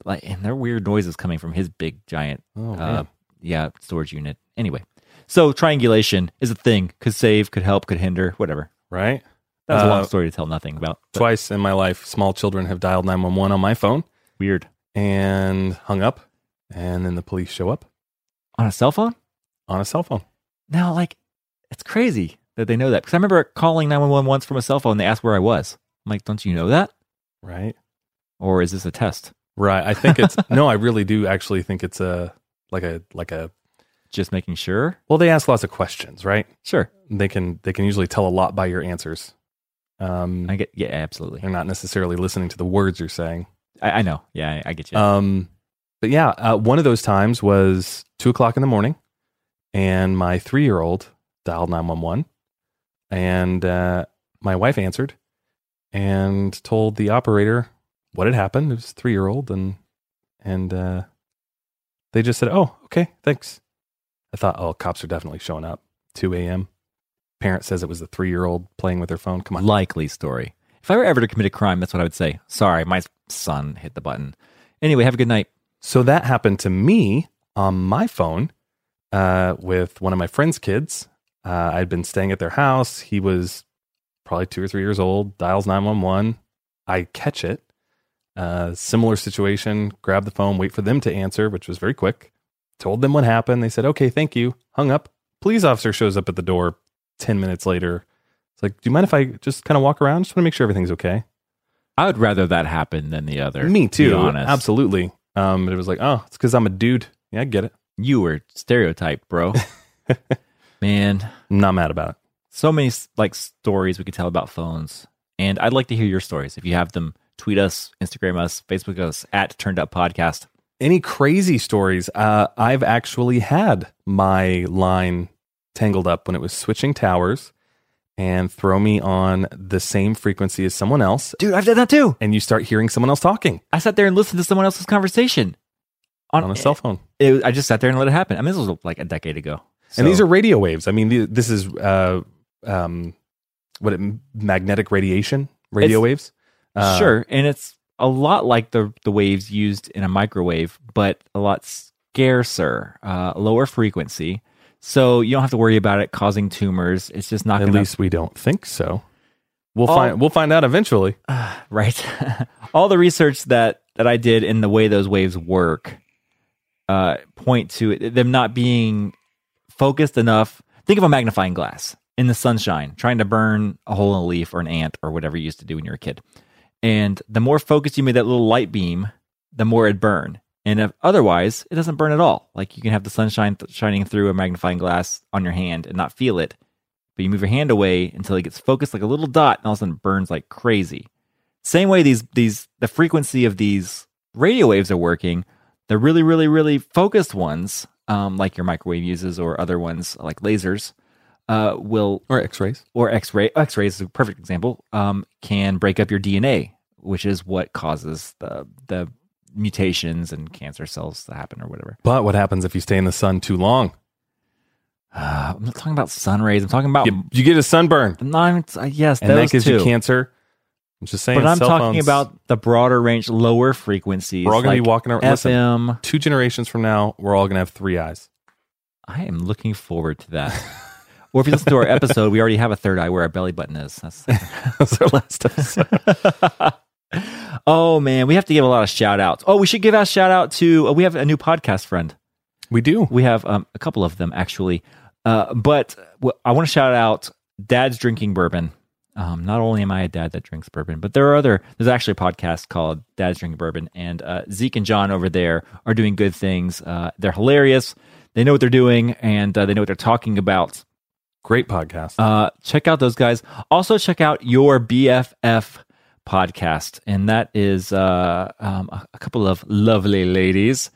Speaker 6: like, and there were weird noises coming from his big giant,
Speaker 4: Oh man.
Speaker 6: uh, yeah, storage unit. Anyway, so triangulation is a thing. Could save, could help, could hinder, whatever.
Speaker 4: right.
Speaker 6: That's a long
Speaker 4: Uh,
Speaker 6: story to tell nothing about. but
Speaker 4: Twice in my life, small children have dialed 911 on my phone
Speaker 6: weird
Speaker 4: and hung up, and then the police show up
Speaker 6: on a cell phone.
Speaker 4: on a cell phone.
Speaker 6: Now, like, it's crazy that they know that because I remember calling 911 once from a cell phone. They asked where I was. I'm like, don't you know that?
Speaker 4: Right.
Speaker 6: Or is this a test?
Speaker 4: Right. I think it's no. I really do actually think it's a like a like a.
Speaker 6: Just making sure.
Speaker 4: Well, they ask lots of questions, right?
Speaker 6: Sure.
Speaker 4: they can they can usually tell a lot by your answers. Um,
Speaker 6: I get, yeah, absolutely.
Speaker 4: they're not necessarily listening to the words you're saying.
Speaker 6: I, I know. Yeah, I, I get you.
Speaker 4: Um, but yeah, uh, one of those times was two o'clock in the morning, and my three year old dialed nine one one, and uh, my wife answered and told the operator what had happened. It was three year old, and and uh, they just said, "Oh, okay, thanks." I thought, "Oh, cops are definitely showing up." 2 a.m. Parent says it was a three year old playing with their phone. Come on.
Speaker 6: Likely story. If I were ever to commit a crime, that's what I would say. Sorry, my son hit the button. Anyway, have a good night.
Speaker 4: So that happened to me on my phone uh, with one of my friend's kids. Uh, I'd been staying at their house. He was probably two or three years old, dials 911. I catch it. Uh, similar situation, grab the phone, wait for them to answer, which was very quick. Told them what happened. They said, okay, thank you. Hung up. Police officer shows up at the door 10 minutes later. It's like, do you mind if I just kind of walk around? Just want to make sure everything's okay.
Speaker 6: I would rather that happen than the other. to
Speaker 4: Me too.
Speaker 6: Be honest.
Speaker 4: Absolutely. Um, but it was like, oh, it's because I'm a dude. Yeah, I get it.
Speaker 6: You were stereotyped, bro. Man,
Speaker 4: I'm not mad about it.
Speaker 6: so many like stories we could tell about phones and i'd like to hear your stories if you have them tweet us instagram us facebook us at turned up podcast
Speaker 4: Any crazy stories? Uh, I've actually had my line tangled up when it was switching towers and throw me on the same frequency as someone else.
Speaker 6: dude i've done that too
Speaker 4: And you start hearing someone else talking
Speaker 6: i sat there and listened to someone else's conversation
Speaker 4: on a cell phone.
Speaker 6: it- i just sat there and let it happen i mean this was like a decade ago
Speaker 4: And these are radio waves. I mean, the- this is uh, um, what it, magnetic radiation, radio
Speaker 6: It's-
Speaker 4: waves. Uh,
Speaker 6: sure and it's a lot like the the waves used in a microwave but a lot scarcer uh, lower frequency so you don't have to worry about it causing tumors it's just not
Speaker 4: At
Speaker 6: gonna
Speaker 4: least we don't think so. We'll
Speaker 6: All-
Speaker 4: find we'll find out eventually.
Speaker 6: right all the research that that i did in the way those waves work uh point to it, them not being focused enough think of a magnifying glass in the sunshine trying to burn a hole in a leaf or an ant or whatever you used to do when you were a kid and the more focused you made that little light beam the more it'd burn and if otherwise it doesn't burn at all like you can have the sunshine th- shining through a magnifying glass on your hand and not feel it but you move your hand away until it gets focused like a little dot and all of a sudden it burns like crazy same way these these the frequency of these radio waves are working the really really really focused ones um, like your microwave uses or other ones like lasers uh, will
Speaker 4: Or X-rays.
Speaker 6: or x-ray x-ray is a perfect example um, can break up your dna which is what causes the the mutations and cancer cells to happen or whatever
Speaker 4: But what happens if you stay in the sun too long?
Speaker 6: uh, i'm not talking about sun rays i'm talking about
Speaker 4: You, you get a sunburn,
Speaker 6: I'm not even- uh, yes
Speaker 4: and
Speaker 6: those
Speaker 4: that gives
Speaker 6: two.
Speaker 4: you cancer. I'm just saying.
Speaker 6: but i'm
Speaker 4: cell
Speaker 6: talking
Speaker 4: phones,
Speaker 6: about the broader range lower frequencies
Speaker 4: We're all gonna be walking around-
Speaker 6: fm
Speaker 4: listen. two generations from now, we're all gonna have three eyes.
Speaker 6: I am looking forward to that. or if you listen to our episode, we already have a third eye where our belly button is. That's,
Speaker 4: That's our last episode.
Speaker 6: oh man, we have to give a lot of shout outs. Oh, we should give a shout out to uh, we have a new podcast friend.
Speaker 4: we do.
Speaker 6: We have um, a couple of them actually, uh, but wh- I want to shout out Dad's drinking bourbon. Um, not only am I a dad that drinks bourbon, but there are other. There's actually a podcast called Dad's Drinking Bourbon, and uh, Zeke and John over there are doing good things. Uh, they're hilarious. They know what they're doing, and uh, they know what they're talking about.
Speaker 4: Great podcast.
Speaker 6: Uh, check out those guys. Also, check out your BFF podcast, and that is uh, um, a a couple of lovely ladies,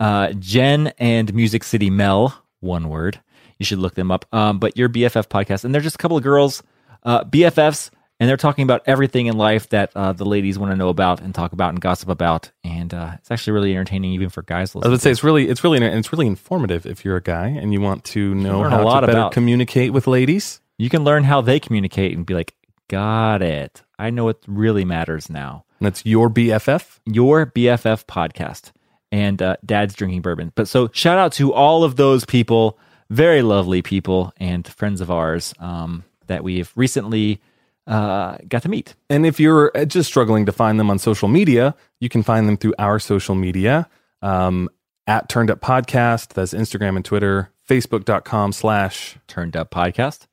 Speaker 6: uh, Jen and Music City Mel. One word. You should look them up. Um, but your BFF podcast, and they're just a couple of girls, uh, BFFs, and they're talking about everything in life that uh, the ladies want to know about and talk about and gossip about, and uh, it's actually really entertaining, even for guys. to
Speaker 4: I
Speaker 6: listen
Speaker 4: would say it's really, it's really, and it's really informative if you're a guy and you want to know
Speaker 6: learn
Speaker 4: how
Speaker 6: a lot
Speaker 4: to better
Speaker 6: about-
Speaker 4: communicate with ladies.
Speaker 6: you can learn how they communicate and be like, got it. I know what really matters now.
Speaker 4: And that's your BFF.
Speaker 6: Your BFF podcast and uh, Dad's Drinking Bourbon. But so shout out to all of those people, very lovely people and friends of ours um, that we've recently uh, got to meet.
Speaker 4: And if you're uh, just struggling to find them on social media, you can find them through our social media um, at Turned Up Podcast. That's Instagram and Twitter, Facebook.com slash.
Speaker 6: Turned Up Podcast.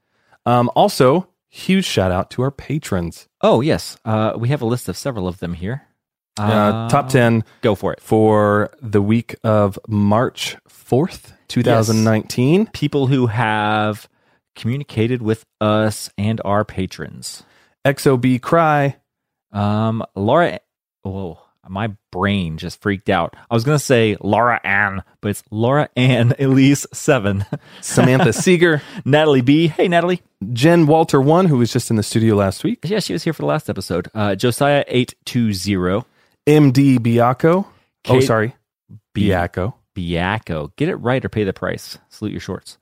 Speaker 4: Um, also, huge shout out to our patrons.
Speaker 6: Oh, yes. Uh, we have a list of several of them here. Uh,
Speaker 4: Uh, top 10
Speaker 6: Go for it.
Speaker 4: for the week of March 4th, 2019.
Speaker 6: People who have communicated with us and our patrons.
Speaker 4: XOB Cry.
Speaker 6: Um, Laura. Whoa, my brain just freaked out. I was gonna say Laura Ann, but it's Laura Ann Elise Seven.
Speaker 4: Samantha Seeger,
Speaker 6: Natalie B. Hey, Natalie.
Speaker 4: Jen Walter One, who was just in the studio last week,
Speaker 6: Yeah, she was here for the last episode. Uh, Josiah Eight Two Zero.
Speaker 4: MD Biacco. Oh,
Speaker 6: Kate-
Speaker 4: sorry,
Speaker 6: B-
Speaker 4: Biacco.
Speaker 6: Biacco. Get it right or pay the price. Salute your shorts.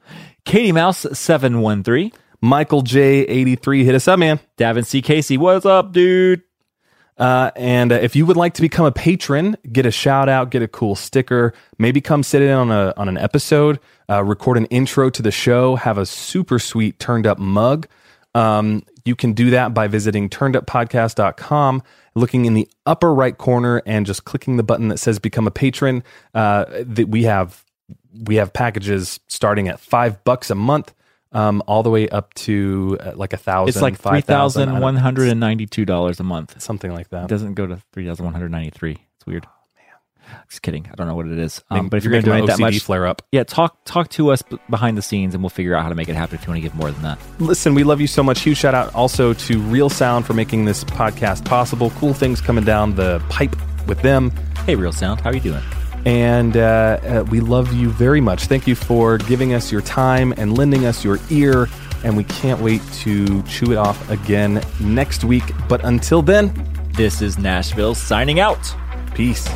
Speaker 6: Katie Mouse seven one three.
Speaker 4: Michael J83, hit us up, man.
Speaker 6: Davin C Casey, what's up, dude?
Speaker 4: Uh, and uh, if you would like to become a patron, get a shout out, get a cool sticker, maybe come sit in on a on an episode, uh, record an intro to the show, have a super sweet turned up mug. Um, you can do that by visiting turneduppodcast.com, looking in the upper right corner, and just clicking the button that says "Become a Patron." Uh, that we have we have packages starting at five bucks a month, um, all the way up to uh, like a thousand.
Speaker 6: It's like three
Speaker 4: five thousand, I
Speaker 6: thousand
Speaker 4: don't-
Speaker 6: one hundred and ninety two dollars a month.
Speaker 4: something like that.
Speaker 6: It doesn't go to three thousand one hundred ninety three. It's weird. Just kidding. I don't know what it is. Um, but if you're going to donate that much,
Speaker 4: flare up.
Speaker 6: yeah, talk talk to us b- behind the scenes, and we'll figure out how to make it happen. If you want to give more than that,
Speaker 4: Listen, we love you so much. Huge shout out also to Real Sound for making this podcast possible. Cool things coming down the pipe with them.
Speaker 6: hey, real sound, how are you doing?
Speaker 4: And uh, uh, we love you very much. Thank you for giving us your time and lending us your ear. And we can't wait to chew it off again next week. But until then,
Speaker 6: This is Nashville signing out.
Speaker 4: peace.